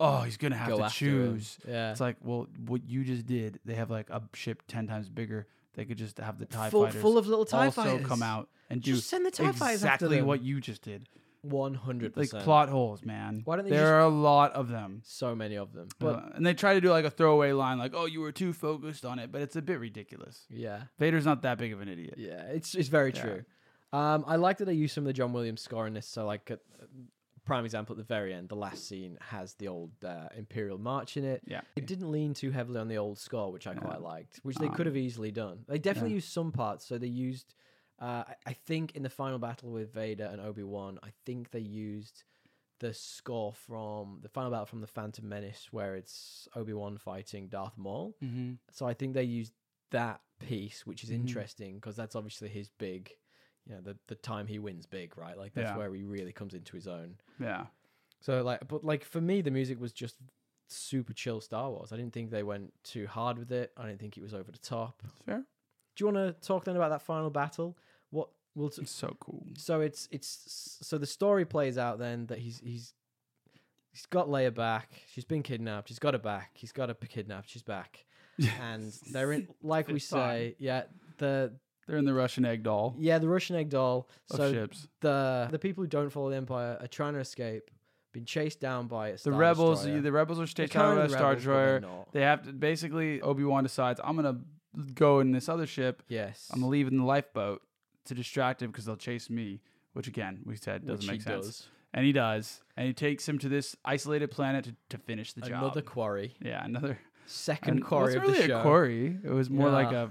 oh, he's gonna have
go
to
after 'em.
choose.
Yeah.
It's like, well, what you just did, they have like a ship ten times bigger. They could just have the TIE
full,
fighters
full of little TIE
also
fighters.
come out and do
Just send the TIE fighters after
exactly
them.
what you just did.
100%.
Like plot holes, man.
Why don't they
there
just-
are a lot of them.
So many of them. But
But, and they try to do like a throwaway line, like, "Oh, you were too focused on it," but it's a bit ridiculous.
yeah.
Vader's not that big of an idiot.
Yeah, it's it's very
Yeah.
true. Um, I like that they use some of the John Williams score in this. So, like, at, uh, prime example at the very end, the last scene has the old uh, Imperial March in it.
Yeah. Ah.
It didn't lean too heavily on the old score, which I quite liked, which they could have easily done. They definitely used some parts. So they used, uh, I- I think, in the final battle with Vader and Obi Wan, I think they used the score from the final battle from the Phantom Menace, where it's Obi Wan fighting Darth Maul.
Mm-hmm.
So I think they used that piece, which is
Mhm.
interesting because that's obviously his big, you know, the, the time he wins big, right? Like that's
Yeah.
where he really comes into his own.
Yeah.
So like, but like for me, the music was just super chill Star Wars. I didn't think they went too hard with it. I didn't think it was over the top.
Fair.
Do you want to talk then about that final battle? What will t-
It's so cool.
so it's it's so the story plays out then that he's he's he's got Leia back. She's been kidnapped. He's got her back. He's got her kidnapped. She's back, and they're in like we
Fifth time.
say, yeah. The
They're in the Russian egg doll
yeah the Russian egg doll.
of
So
ships.
the the people who don't follow the Empire are trying to escape, being chased down by a
The
Star
rebels,
Destroyer.
the rebels are
They're
chased
kind
out
of
of a
the
star
rebels, but they're
destroyer.
not.
They have to basically Obi Wan decides I'm gonna go in this other ship.
Yes,
I'm gonna leave in the lifeboat to distract him because they'll chase me. Which again, we said doesn't
which
make
he
sense.
does.
And he does, and he takes him to this isolated planet to, to finish the job.
Another quarry,
yeah, another
second
It
quarry
wasn't
of the
really
show.
a quarry. It was more like
Yeah.
a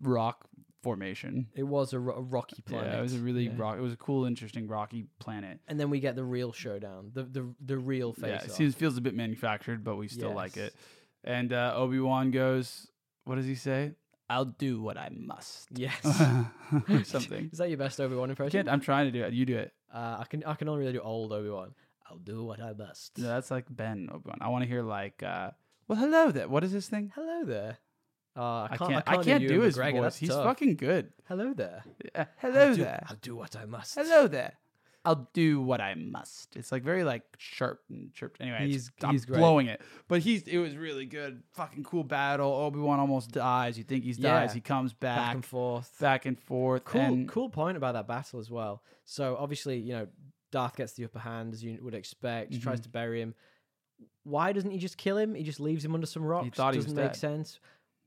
rock formation.
It was a, ro- a rocky planet.
Yeah, it was a really
Yeah.
rock. It was a cool, interesting, rocky planet.
and then we get the real showdown, the the the real face.
yeah, it seems feels a bit manufactured, but we still like
Yes.
it. And uh, Obi Wan goes, "What does he say? I'll do what I must."
Yes.
or something.
Is that your best Obi Wan impression?
Kid, I'm trying to do it. You do it.
Uh, I can I can only really do old Obi Wan. I'll do what I must.
No, that's like Ben Obi Wan. I want to hear like, uh, "Well, hello there. What is this thing?"
Hello there. Uh,
I can't. I can't, do his
McGregor.
voice.
That's
He's
tough.
fucking good.
Hello there.
Yeah,
I'll
hello
do-
there.
I'll do what I must.
Hello there. I'll do what I must. It's like very like sharp and chirped. Anyway, it's-
He's-
I'm
he's great.
blowing it. But he's it was really good. Fucking cool battle. Obi Wan almost dies. You think he's dies.
Yeah.
He comes back,
Back, and forth.
back and forth.
cool.
and
cool point about that battle as well. So obviously, you know, Darth gets the upper hand as you would expect.
Mm-hmm.
Tries to bury him. Why doesn't he just kill him? He just leaves him under some rocks.
thought he was
doesn't make
dead.
sense.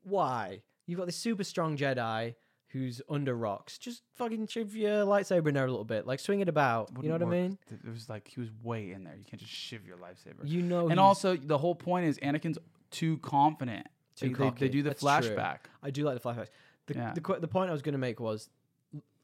Why? You've got this super strong Jedi who's under rocks. Just fucking shove your lightsaber in there a little bit. Like swing it about. you know what
wouldn't
I
work.
mean?
It was like he was way in there. You can't just shiv your lifesaver.
You know.
and
he's-
also the whole point is Anakin's too confident.
Too
They- they, they
cocky.
do the
That's true.
flashback.
I do like the flashbacks. The,
Yeah.
the, qu- the point I was going to make was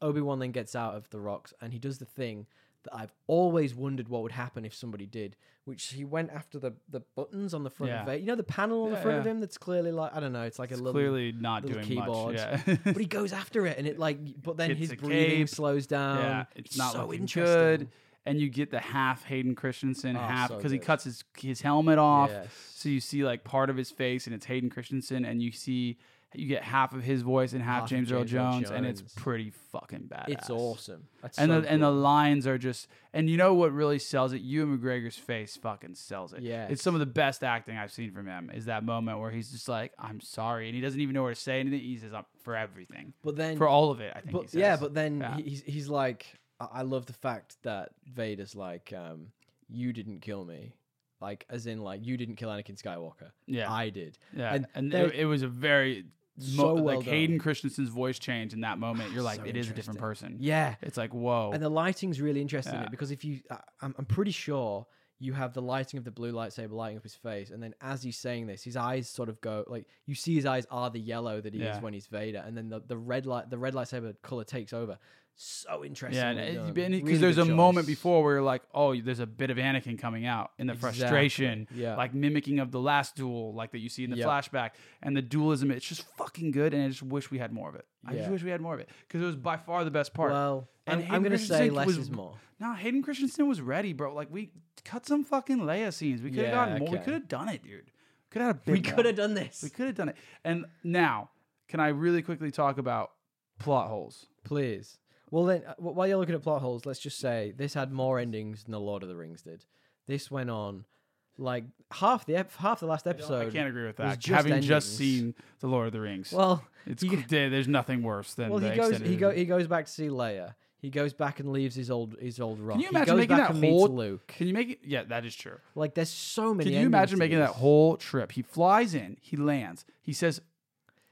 Obi Wan then gets out of the rocks and he does the thing that I've always wondered what would happen if somebody did, which he went after the, the buttons on the front of
Yeah.
it. You know, the panel on the
Yeah,
front of
yeah.
him that's clearly like, I don't know, it's like
It's
a little.
clearly not
little
doing
keyboard.
much. Yeah.
But he goes after it and it like, but then
It's
his
a
breathing
cape.
slows down.
yeah, it's, not
Um, so
looking
interesting.
good. And you get the half Hayden Christensen,
Oh,
half
so
because he
good.
cuts his his helmet off.
Yes.
So you see like part of his face, and it's Hayden Christensen, and you see you get half of his voice and half,
Half of
James Earl
James Earl
Jones, and it's
Jones.
pretty fucking badass.
It's awesome. That's
And
so
the, and the lines are just and you know what really sells it? You and McGregor's face fucking sells it.
Yes.
It's some of the best acting I've seen from him is that moment where he's just like, I'm sorry. And he doesn't even know where to say anything. He says "I'm- for everything.
but then
For all of it, I think. he
But
says.
yeah, but then
Yeah.
he he's he's like, I I love the fact that Vader's like, um, you didn't kill me, like as in like you didn't kill Anakin Skywalker,
yeah.
I did.
Yeah,
And
and,
there-
it, it was a very
So
mo-
well
like
done. Ah,
Hayden Christensen's voice change in that moment. You're like,
So
it is a different
interesting.
person.
Yeah,
it's like whoa.
and the lighting's really interesting in
Yeah.
it because if you, I, I'm I'm pretty sure you have the lighting of the blue lightsaber lighting up his face, and then as he's saying this, his eyes sort of go like you see his eyes are the yellow that he
Yeah.
is when he's Vader, and then the, the red light the red lightsaber color takes over. So interesting.
yeah,
because
because there's a moment before where you're like, oh, there's a bit of Anakin coming out in the frustration,
yeah.
like mimicking of the last duel, like that you see in the
Yep.
flashback, and the dualism. It's just fucking good, and I just wish we had more of it. I
Yeah.
just wish we had more of it because it was by far the best part.
Well,
And
I'm,
Hayden
I'm going to say
Christensen
less
was-
is more.
Nah, Hayden Christensen was ready, bro. Like we cut some fucking Leia scenes. We could have
Yeah,
gotten more.
okay.
We could have done it, dude. Could have had a bit
We
more.
could have done this.
We could have done it. And now, can I really quickly talk about plot holes?
Please. Well, then, uh, wh- while you're looking at plot holes, let's just say this had more endings than The Lord of the Rings did. This went on Like half the ep- half the last
I don't- I
episode.
can't agree with
was
that.
just
Having just
endings.
seen the Lord of the Rings,
Well,
it's
he-
cl- there- there's nothing worse than
well,
the
he goes
extended
he go
edition.
he goes back to see Leia. He goes back and leaves his old his old rock.
you imagine
he goes
making
back
that
and
whole-
meets Luke.
Can you make it? Yeah, that is true.
Like there's so many.
Can you
endings
imagine
to
making
this.
that whole trip? He flies in, he lands, he says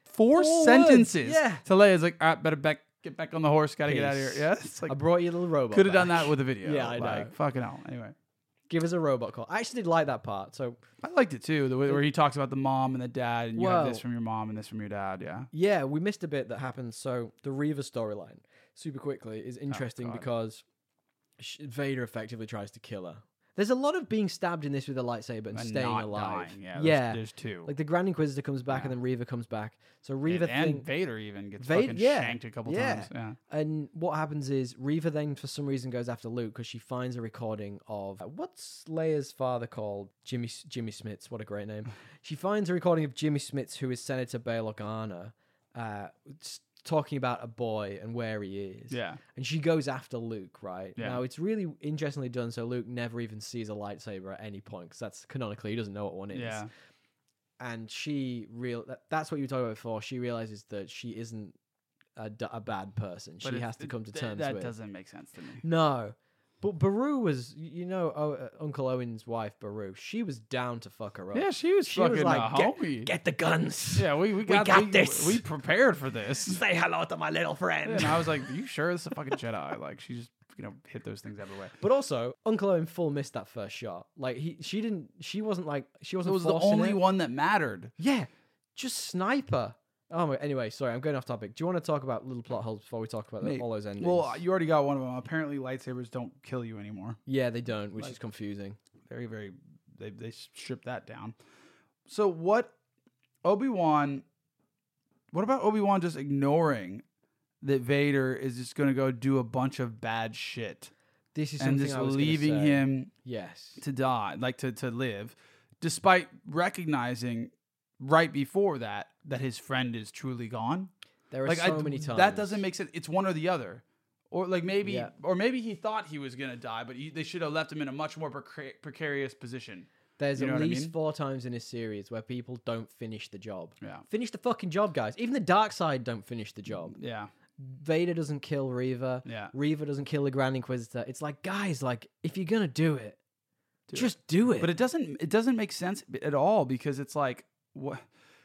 four,
Four words,
sentences.
yeah.
To Leia's like, all right, better back, get back on the horse, gotta get out of here.
Peace.
Yeah, it's
I
like
brought you a little robot.
could have done
back.
that with a video.
Yeah, I know.
like, Fucking hell. Anyway,
Give us a robot call. I actually did like that part. So
I liked it too. The way where he talks about the mom and the dad, and you have this
Well-
from your mom and this from your dad. Yeah,
yeah, we missed a bit that happened. So the Reaver storyline, super quickly, is interesting
Oh, God.
because sh- Vader effectively tries to kill her. There's a lot of being stabbed in this with a lightsaber and,
And
staying
not
alive.
dying. Yeah, There's, there's two.
like the Grand Inquisitor comes back
Yeah.
and then Reaver comes back. So
and,
Reaver
and
thing-
Vader even gets
Vader-
fucking
yeah.
shanked a couple
Yeah.
times. Yeah,
And what happens is Reva then, for some reason, goes after Luke because she finds a recording of uh, what's Leia's father called Jimmy Jimmy Smits. What a great name! she finds a recording of Jimmy Smits, who is Senator Bail Organa, uh, s- talking about a boy and where he is.
yeah.
And she goes after Luke, right?
Yeah.
Now it's really interestingly done. So Luke never even sees a lightsaber at any point because that's canonically he doesn't know what one is
Yeah,
and she real that, that's what you were talking about before she realizes that she isn't a, d- a bad person
But
she
it's-
has to
it-
come to
th-
terms
That
with
doesn't make sense to me.
no but Baru was y- you know oh, uh, Uncle Owen's wife Baru she was down to fuck her up
Yeah, she was
she
fucking
was like
a homie.
get, get the guns
Yeah, we, we got,
got
we-
this.
We prepared for this.
say hello to my little friend
And I was like, you sure this is a fucking Jedi? Like, she just, you know, hit those things out of the way.
but also Uncle Owen full missed that first shot like he she didn't she wasn't like she
It
wasn't
was the
forcing
only
it.
one that mattered.
yeah just sniper oh my anyway sorry I'm going off topic do you want to talk about little plot holes before we talk about the-
Mate,
all those endings
Well, you already got one of them. Apparently, lightsabers don't kill you anymore.
Yeah, they don't, which
Like-
is confusing.
Very, very, they, they stripped that down. So, what Obi Wan, what about Obi Wan just ignoring that Vader is just going to go do a bunch of bad shit
This is
and
something
just
I was gonna
leaving
say.
him
Yes,
to die, like to, to live, despite recognizing right before that that his friend is truly gone.
there are
like
so
I,
many times
that doesn't make sense. It's one or the other, or like maybe,
Yeah.
or maybe he thought he was gonna die, but he, they should have left him in a much more preca- precarious position.
There's
you know
at
what I
least
mean?
four times in this series where people don't finish the job.
Yeah,
Finish the fucking job, guys. Even the dark side don't finish the job.
yeah,
Vader doesn't kill Reaver.
yeah.
Reaver doesn't kill the Grand Inquisitor. It's like, guys, like if you're gonna do it,
Do it.
just do it.
But it doesn't it doesn't make sense at all because it's like what,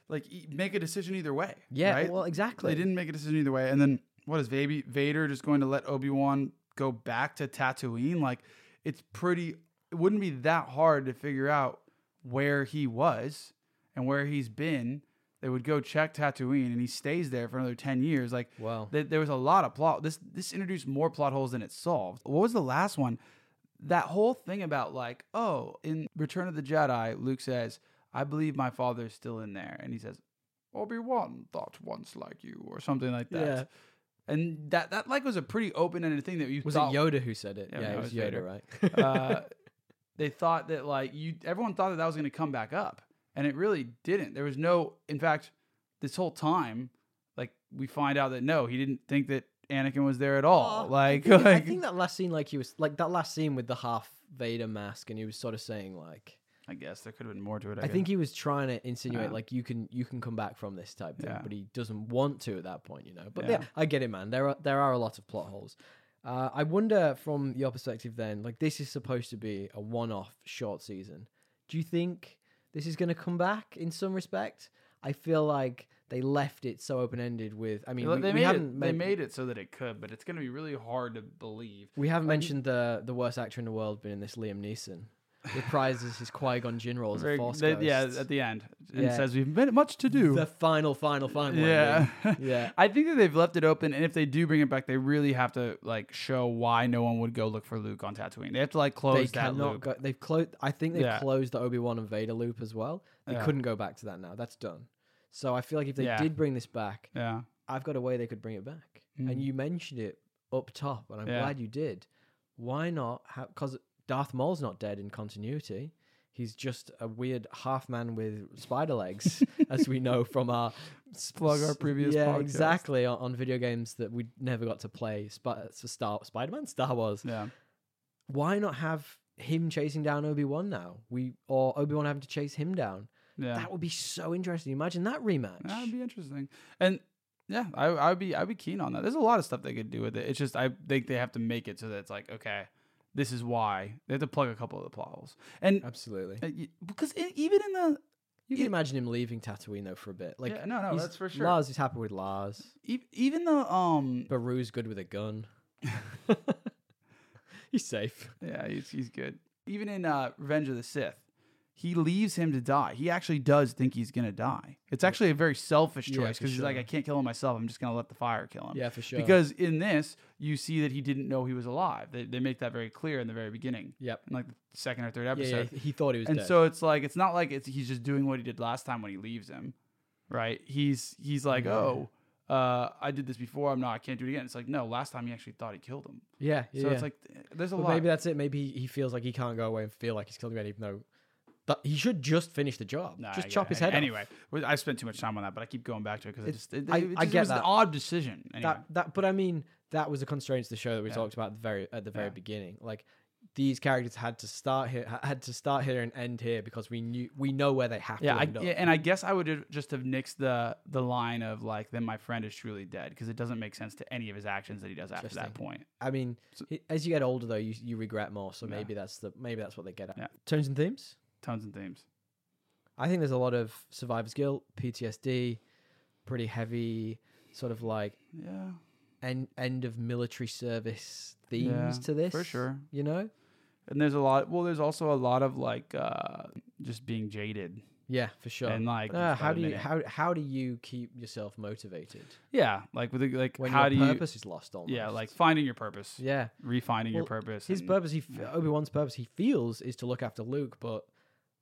like e- make a decision either way.
yeah,
right?
well, exactly.
They didn't make a decision either way. And then what is Baby Vader just going to let Obi Wan go back to Tatooine? Like it's pretty. It wouldn't be that hard to figure out where he was and where he's been. They would go check Tatooine, and he stays there for another ten years. Like
Well,
th- there was a lot of plot. This this introduced more plot holes than it solved. What was the last one? That whole thing about like, oh, in Return of the Jedi, Luke says, "I believe my father's still in there," and he says, "Obi Wan thought once like you," or something like that.
Yeah.
And that that like was a pretty open ended thing that you
was it
thought
Yoda who said it?
Yeah,
Yeah, it
no, it
was
was
Yoda,
Vader.
right?
uh, they thought that like you everyone thought that that was going to come back up and it really didn't there was no in fact this whole time like we find out that no he didn't think that anakin was there at all
Oh,
like,
I think, I
like-
think that last scene, like he was, like that last scene with the half Vader mask, and he was sort of saying like,
i guess there could have been more to it i,
I
guess.
think he was trying to insinuate
Yeah.
like you can you can come back from this type thing,
Yeah.
but he doesn't want to at that point, you know. But
Yeah.
yeah, I get it, man. There are there are a lot of plot holes. Uh, I wonder from your perspective, then, like this is supposed to be a one-off short season. Do you think this is going to come back in some respect? I feel like they left it so open-ended. With I mean,
They-
we,
they,
we
made
haven't
it, they
men-
made it so that it could but it's going to be really hard to believe
we haven't
um,
mentioned the the worst actor in the world being in this Liam Neeson reprises his Qui Gon Jinn role as a
Very-
Force
they-
Ghost.
yeah at the end and
Yeah.
says we've been much to do
the final, final, final.
yeah
ending. yeah.
I think that they've left it open, and if they do bring it back, they really have to like show why no one would go look for Luke on Tatooine. They have to like
they
close that
cannot
loop.
go. They've closed. I think they've
Yeah.
closed the Obi Wan and Vader loop as well. They
Yeah.
couldn't go back to that now. That's done. So I feel like if they
Yeah.
did bring this back,
yeah,
I've got a way they could bring it back.
Mm.
And you mentioned it up top, and I'm
Yeah.
glad you did. Why not? Because Darth Maul's not dead in continuity. He's just a weird half man with spider legs, as we know from our
Plug our
s-
previous
yeah,
podcast.
exactly on, on video games that we never got to play. Sp- Star Spider Man, Star Wars
yeah.
why not have him chasing down Obi Wan now. We or Obi Wan having to chase him down.
Yeah,
That would be so interesting. Imagine that rematch.
that'd be interesting. And yeah, I I would be I'd be keen on that. There's a lot of stuff they could do with it. It's just I think they have to make it so that it's like okay, this is why they have to plug a couple of the plot holes. And
Absolutely.
uh, y- because e- even in the
You can
Yeah.
imagine him leaving Tatooine though for a bit. Like
yeah, no no
he's-
that's for sure.
Lars is happy with Lars.
E- even the um
Baru's good with a gun. he's safe.
Yeah, he's, he's good. Even in uh, Revenge of the Sith, he leaves him to die. He actually does think he's gonna die. It's actually a very selfish
Yeah,
choice
for
because he's like,
sure.
I can't kill him myself. I'm just gonna let the fire kill him.
Yeah, for sure.
Because in this, you see that he didn't know he was alive. They, they make that very clear in the very beginning,
yep.
in like the second or third
Yeah,
episode.
yeah, he thought he was
and
dead.
so it's like it's not like it's he's just doing what he did last time when he leaves him, right? He's he's like,
Yeah.
oh, uh, I did this before. I'm not. I can't do it again. It's like no. Last time he actually thought he killed him.
yeah, yeah.
So it's like th- there's a
But
lot.
maybe that's it. Maybe he feels like he can't go away and feel like he's killed anybody, even though that he should just finish the job.
Nah,
just
I
chop
get
his
it.
head off.
Anyway, we- I spent too much time on that, but I keep going back to it because it
It-
just it,
I-
it just-
I
it
get
was an
that.
odd decision. Anyway.
That that but I mean that was a constraint to the show that we
Yeah.
talked about at the very at the very
Yeah.
beginning. Like these characters had to start here ha- had to start here and end here because we knew we know where they have
yeah,
to
I,
end up.
yeah, and I guess I would have just have nixed the the line of like, "Then my friend is truly dead," because it doesn't make sense to any of his actions that he does after that
Interesting.
point.
I mean, i- as you get older though, you, you regret more. So
Yeah.
maybe that's the maybe that's what they get at.
Yeah.
Tones and themes.
Tons and themes.
I think there's a lot of survivor's guilt, PTSD, pretty heavy sort of like
Yeah,
end end of military service themes
Yeah,
to this
for sure.
You know,
And there's a lot. Well, there's also a lot of like uh just being jaded
yeah, for sure.
and like
Uh,
just
how do you how
admitting-
how do you keep yourself motivated
yeah like with the, like
when
how do
your
you
purpose is lost? Almost.
yeah like finding your purpose,
yeah.
refinding your
Well,
purpose.
His
and-
purpose, he f Obi Wan's purpose, he feels is to look after Luke, but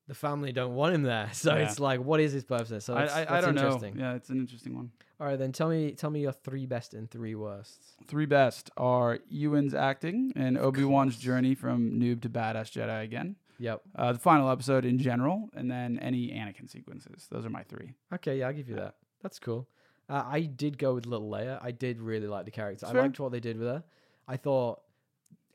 the family don't want him there. So
Yeah.
it's like, what is his purpose? So
I,
that's,
I, I
that's
don't know.
interesting.
Yeah, it's an interesting one.
All right, then tell me tell me your three best and three worsts.
Three best are Ewan's acting and Obi Wan's journey from noob to badass Jedi again.
Yep.
Uh, the final episode in general, and then any Anakin sequences. Those are my three.
Okay, yeah, I'll give you
Yeah.
that. That's cool. Uh, I did go with Little Leia. I did really like the character. I
It's fair.
liked what they did with her. I thought,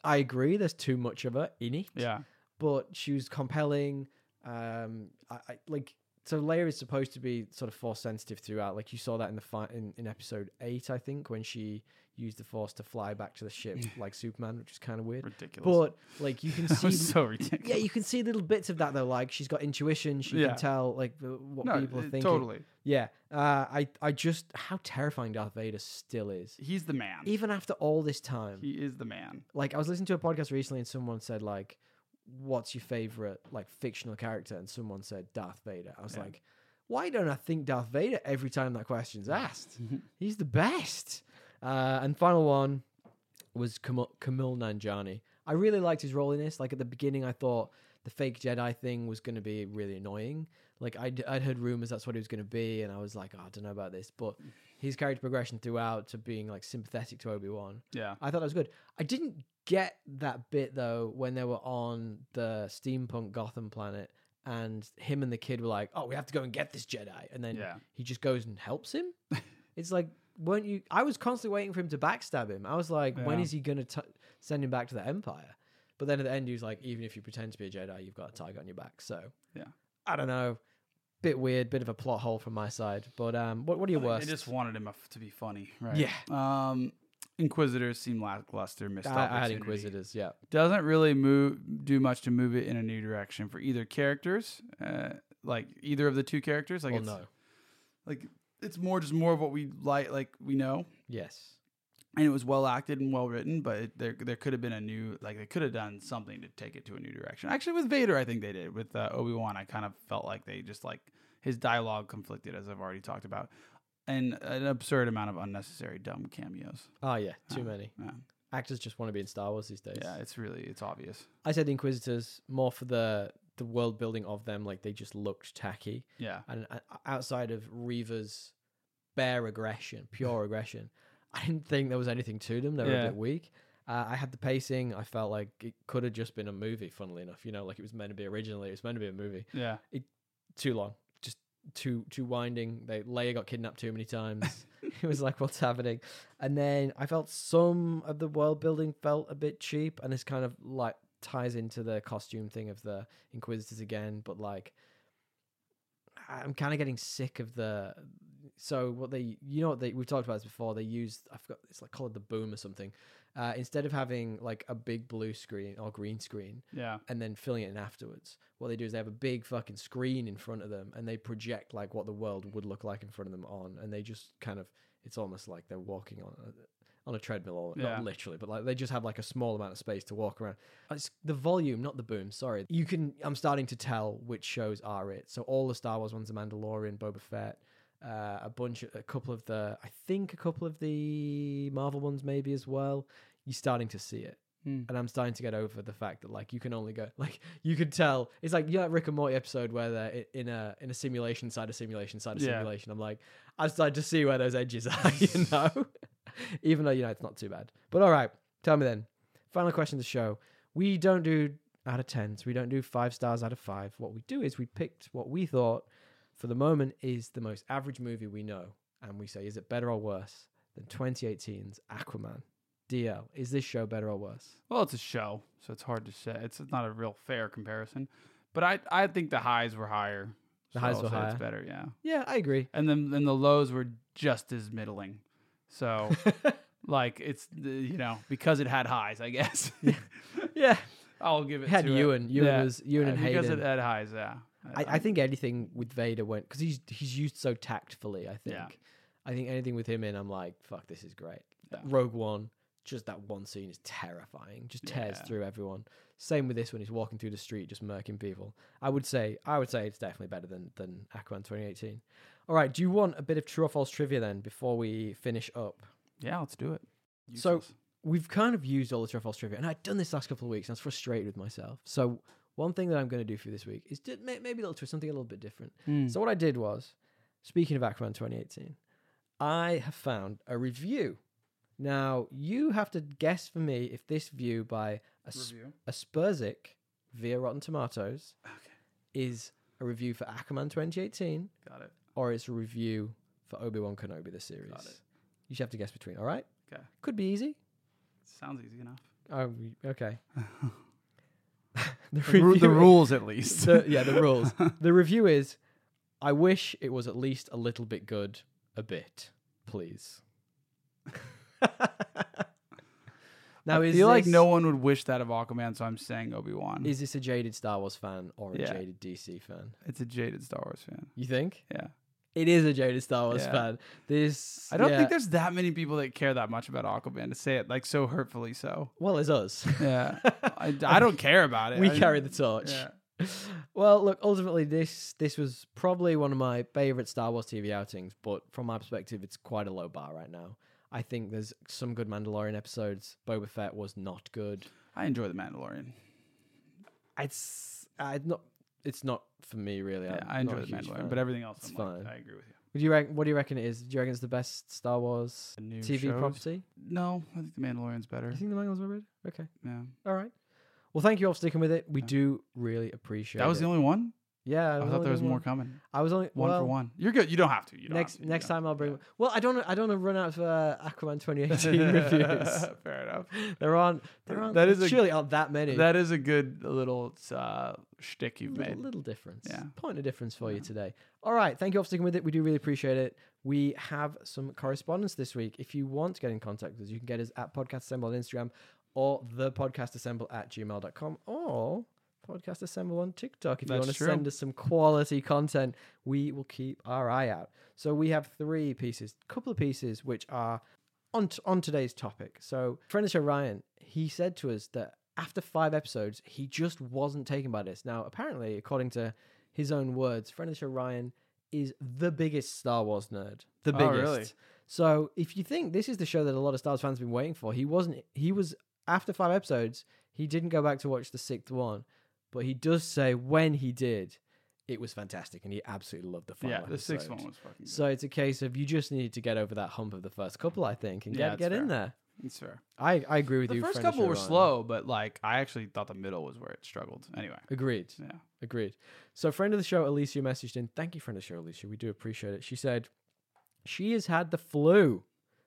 I agree, there's too much of her in it.
Yeah,
But she was compelling. Um, I, I like so Leia is supposed to be sort of force sensitive throughout. Like you saw that in the fi- in, in episode eight, I think, when she used the force to fly back to the ship like Superman, which is kind of weird.
ridiculous.
But like you can
that
see
was so ridiculous.
yeah, you can see little bits of that though. Like she's got intuition; she
Yeah.
can tell like the- what
no,
people are
it-
thinking.
totally.
Yeah, uh, I I just how terrifying Darth Vader still is,
He's the man.
even after all this time.
he is the man.
Like I was listening to a podcast recently, and someone said like, "What's your favorite like fictional character?" And someone said Darth Vader. I was
Yeah.
like, "Why don't I think Darth Vader every time that question's asked? He's the best." Uh, and final one was Kamil, Kamil Nanjani. I really liked his role in this. Like at the beginning, I thought the fake Jedi thing was going to be really annoying. Like I'd, I'd heard rumors that's what he was going to be, and I was like, oh, I don't know about this. But his character progression throughout to being like sympathetic to Obi Wan,
Yeah,
I thought that was good. I didn't get that bit though when they were on the steampunk Gotham planet, and him and the kid were like, oh, we have to go and get this Jedi, and then
yeah.
he just goes and helps him. it's like, weren't you? I was constantly waiting for him to backstab him. I was like, when
Yeah.
is he going to send him back to the Empire? But then at the end, he was like, even if you pretend to be a Jedi, you've got a tiger on your back. So,
Yeah.
I don't know. Bit weird, bit of a plot hole from my side. But um, what, what are your
I
worst?
just wanted him to be funny, right?
Yeah.
Um, Inquisitors seem lackluster, missed
I, I had
opportunity.
Inquisitors, yeah.
doesn't really move do much to move it in a new direction for either characters uh, like either of the two characters like
well,
it's
no.
like it's more just more of what we like like we know
Yes.
and it was well acted and well written but it, there there could have been a new like they could have done something to take it to a new direction actually with Vader I think they did with uh, Obi-Wan I kind of felt like they just like his dialogue conflicted as I've already talked about and an absurd amount of unnecessary dumb cameos
Oh, yeah. Too
Uh,
many.
yeah.
Actors just want to be in Star Wars these days.
yeah it's really it's obvious
I said Inquisitors more for the, the world building of them. Like, they just looked tacky.
yeah
and uh, outside of Reaver's bare aggression, pure aggression, I didn't think there was anything to them. They were
Yeah.
a bit weak. Uh, I had the pacing. I felt like it could have just been a movie. Funnily enough, you know, like it was meant to be originally. It was meant to be a movie.
yeah
Too long, just too too winding. They Leia got kidnapped too many times. it was like what's happening. And then I felt some of the world building felt a bit cheap, and this kind of like ties into the costume thing of the Inquisitors again, but like I'm kind of getting sick of the. So what they, you know, what they we've talked about this before. They use I forgot it's like called the boom or something. Uh, instead of having like a big blue screen or green screen
Yeah.
and then filling it in afterwards, what they do is they have a big fucking screen in front of them and they project like what the world would look like in front of them on, and they just kind of it's almost like they're walking on a, on a treadmill or
Yeah.
not literally, but like they just have like a small amount of space to walk around. Uh, It's the volume, not the boom. Sorry, you can. I'm starting to tell which shows are it. So all the Star Wars ones, The Mandalorian, Boba Fett, uh, a bunch, a couple of the, I think a couple of the Marvel ones maybe as well. You're starting to see it.
Hmm.
And I'm starting to get over the fact that like you can only go like you could tell it's like yeah Rick and Morty episode where they're i- in a in a simulation side of simulation side of
Yeah.
simulation. I'm like I started to see where those edges are, you know. Even though you know it's not too bad. But all right, tell me then. Final question of the show. We don't do out of tens. We don't do five stars out of five. What we do is we picked what we thought for the moment is the most average movie we know, and we say is it better or worse than 2018's Aquaman? DL, is this show better or worse?
Well, it's a show, so it's hard to say. It's not a real fair comparison, but I I think the highs were higher.
The
so
highs
I'll
were
say
higher.
It's better, yeah.
Yeah, I agree.
And then then the lows were just as middling. So like it's the- you know because it had highs, I guess.
yeah,
I'll give it.
it had
to it.
Ewan. Ewan
Yeah.
was Ewan
Yeah,
and
because
Hayden.
it had highs. Yeah.
I, I think anything with Vader went because he's he's used so tactfully. I think.
Yeah.
I think anything with him in, I'm like, fuck, this is great.
Yeah.
Rogue One, just that one scene is terrifying. Just tears
Yeah.
through everyone. Same with this one. He's walking through the street, just murking people. I would say, I would say it's definitely better than than Aquaman 2018. All right, do you want a bit of true or false trivia then before we finish up?
yeah. Let's do it.
So- we've kind of used all the true or false trivia, and I've done this last couple of weeks, and I was frustrated with myself. So one thing that I'm going to do for you this week is to may- maybe a little twist, something a little bit different.
Mm.
So what I did was, speaking of Aquaman 2018, I have found a review. Now you have to guess for me if this view by As-
review.
Aspersic via Rotten Tomatoes
Okay.
is a review for Aquaman 2018
Got it.
or it's a review for Obi Wan Kenobi the series.
Got it.
You should have to guess between. All right.
Okay.
Could be easy.
Sounds easy enough.
Oh, we- okay. the,
The, ru- the
review-
rules, at least.
the- yeah, the rules. The review is, I wish it was at least a little bit good, a bit, please. now,
I
is
feel like
this-
no one would wish that of Aquaman, so I'm saying Obi Wan.
Is this a jaded Star Wars fan or a
Yeah.
jaded DC fan?
It's a jaded Star Wars fan.
You think
Yeah.
it is a jaded Star Wars
Yeah.
fan? This
I don't
yeah.
think there's that many people that care that much about Aquaman to say it like so hurtfully. So
well, it's us.
yeah, I, I don't care about it.
we
I-
carry the torch.
Yeah.
well, look, ultimately, this this was probably one of my favorite Star Wars TV outings, but from my perspective, it's quite a low bar right now. I think there's some good Mandalorian episodes. Boba Fett was not good.
I enjoy the Mandalorian.
It's I not. It's not for me really.
Yeah,
I'm
I
not
enjoy
a
the
huge
Mandalorian,
fan.
but uh, everything else,
It's
I'm like,
fine.
I agree with you.
Would you reckon, what do you reckon it is? Do you reckon it's the best Star Wars
The new
TV
shows?
property?
No, I think the Mandalorian's better.
Do you think the manga's were read? Okay,
Yeah,
all right. Well, thank you all for sticking with it. We
Yeah.
do really appreciate.
that was
it.
the only one.
Yeah, it
I
was
thought
only
there was
the
more
one.
coming.
I was only
One
well,
for one. You're good. You don't have to. You don't have
next
to. You
next
don't-
time I'll bring.
yeah.
Well, I don't I don't want to run out of uh, Aquaman 2018 reviews.
Fair enough.
There aren't there aren't
That is a-
surely aren't that many.
That is a good little uh, shtick you've
little,
made.
little difference.
Yeah.
Point of difference for you today. All right. Thank you all for sticking with it. We do really appreciate it. We have some correspondence this week. If you want to get in contact with us, you can get us at Podcast Assemble on Instagram or the Podcast Assemble at gmail.com or Podcast Assemble on TikTok. If you
That's
want to
true.
send us some quality content, we will keep our eye out. So we have three pieces, couple of pieces which are on t- on today's topic. So friend of the show Ryan, he said to us that after five episodes, he just wasn't taken by this. Now, apparently, according to his own words, friend of the show Ryan is the biggest Star Wars nerd. The
Oh,
biggest.
really?
So if you think this is the show that a lot of Star Wars fans have been waiting for, he wasn't. He was after five episodes. He didn't go back to watch the sixth one, but he does say when he did, it was fantastic, and he absolutely loved the final.
Yeah, the sixth
episode.
one was fucking. Good.
So it's a case of you just needed to get over that hump of the first couple, I think, and get
Yeah, that's
get in
fair.
there.
it's fair.
I, I agree with
The
you.
first
friend
couple were
Sharon.
slow, but like I actually thought the middle was where it struggled. Anyway,
Agreed.
yeah,
Agreed. So, friend of the show, Alicia messaged in. Thank you, friend of the show, Alicia. We do appreciate it. She said she has had the flu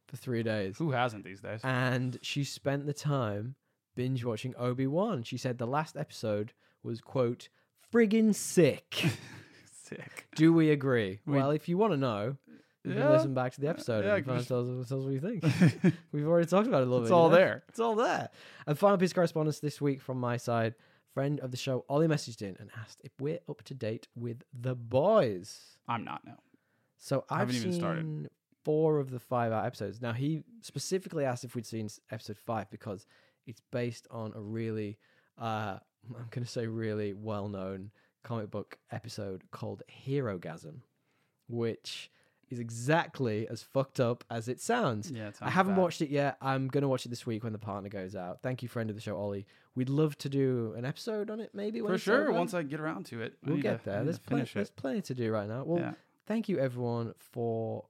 for three days Ah,
who hasn't these days?
and she spent the time binge watching Obi Wan. She said the last episode was quote friggin' sick.
Sick.
Do we agree?
We-
well, if you want to know, you
Yeah.
can listen back to the episode
yeah,
and find
just-
tell us, tell us what you think.
it's
We've already talked about it a little bit. you
all
know?
there.
It's all there. And final piece of correspondence this week from my side. Friend of the show, Ollie messaged in and asked if we're up to date with the boys.
I'm not now.
So I've
haven't
seen
even started.
four of the five hour episodes. Now he specifically asked if we'd seen s- episode five because it's based on a really, uh, I'm going to say really well known comic book episode called Hero Gasm, which is exactly as fucked up as it sounds.
Yeah, it's
I haven't watched it yet. I'm going to watch it this week when the partner goes out. Thank you, friend of the show, Ollie. We'd love to do an episode on it, maybe. When
for
it's
sure.
over.
Once I get around to it, I
we'll
need to-
get
I
there.
need
There's,
to
plenty.
finish
there's
it.
plenty to do right now. Well,
Yeah.
thank you everyone for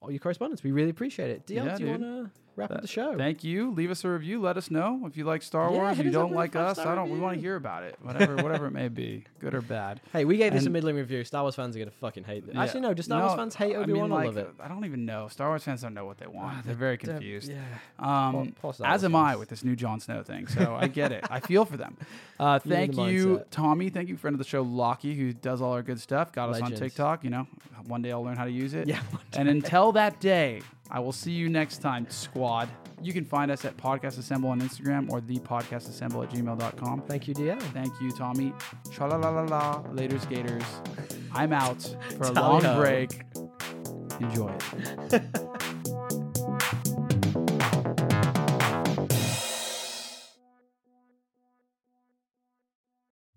all your correspondence. We really appreciate it. Dion,
Yeah,
do you
dude.
want to wrap up
That-
the show?
Thank you. Leave us a review. Let us know if you like Star
Yeah,
Wars.
hit
You
us up
don't
with a
like us.
five-star
I don't. We want to
review.
hear about it. Whatever, whatever it may be, good or bad.
hey, we gave this a
And-
middling review. Star Wars fans are going to fucking hate this.
Yeah.
Actually, no. Do Star Wars fans hate
I mean,
Obi Wan or
like,
love it?
I don't even know. Star Wars fans don't know what they want. They're very
Don't-
confused.
Yeah.
Um,
Poor- poor Star
as
Wars
am I
fans.
with this new Jon Snow thing. So I get it. I feel for them. Uh,
You're in
thank
the
you,
mindset.
Tommy. Thank you, friend of the show, Lockie, who does all our good stuff. Got us on
Legend.
TikTok. You know, one day I'll learn how to use it.
Yeah, one
And until that day, I will see you next time, squad. You can find us at Podcast Assemble on Instagram or the Podcast Assemble at gmail.com.
Thank you, Dion.
Thank you, Tommy. Cha la la la la. Later, skaters. I'm out for a
Tally
long
ho.
break. Enjoy it.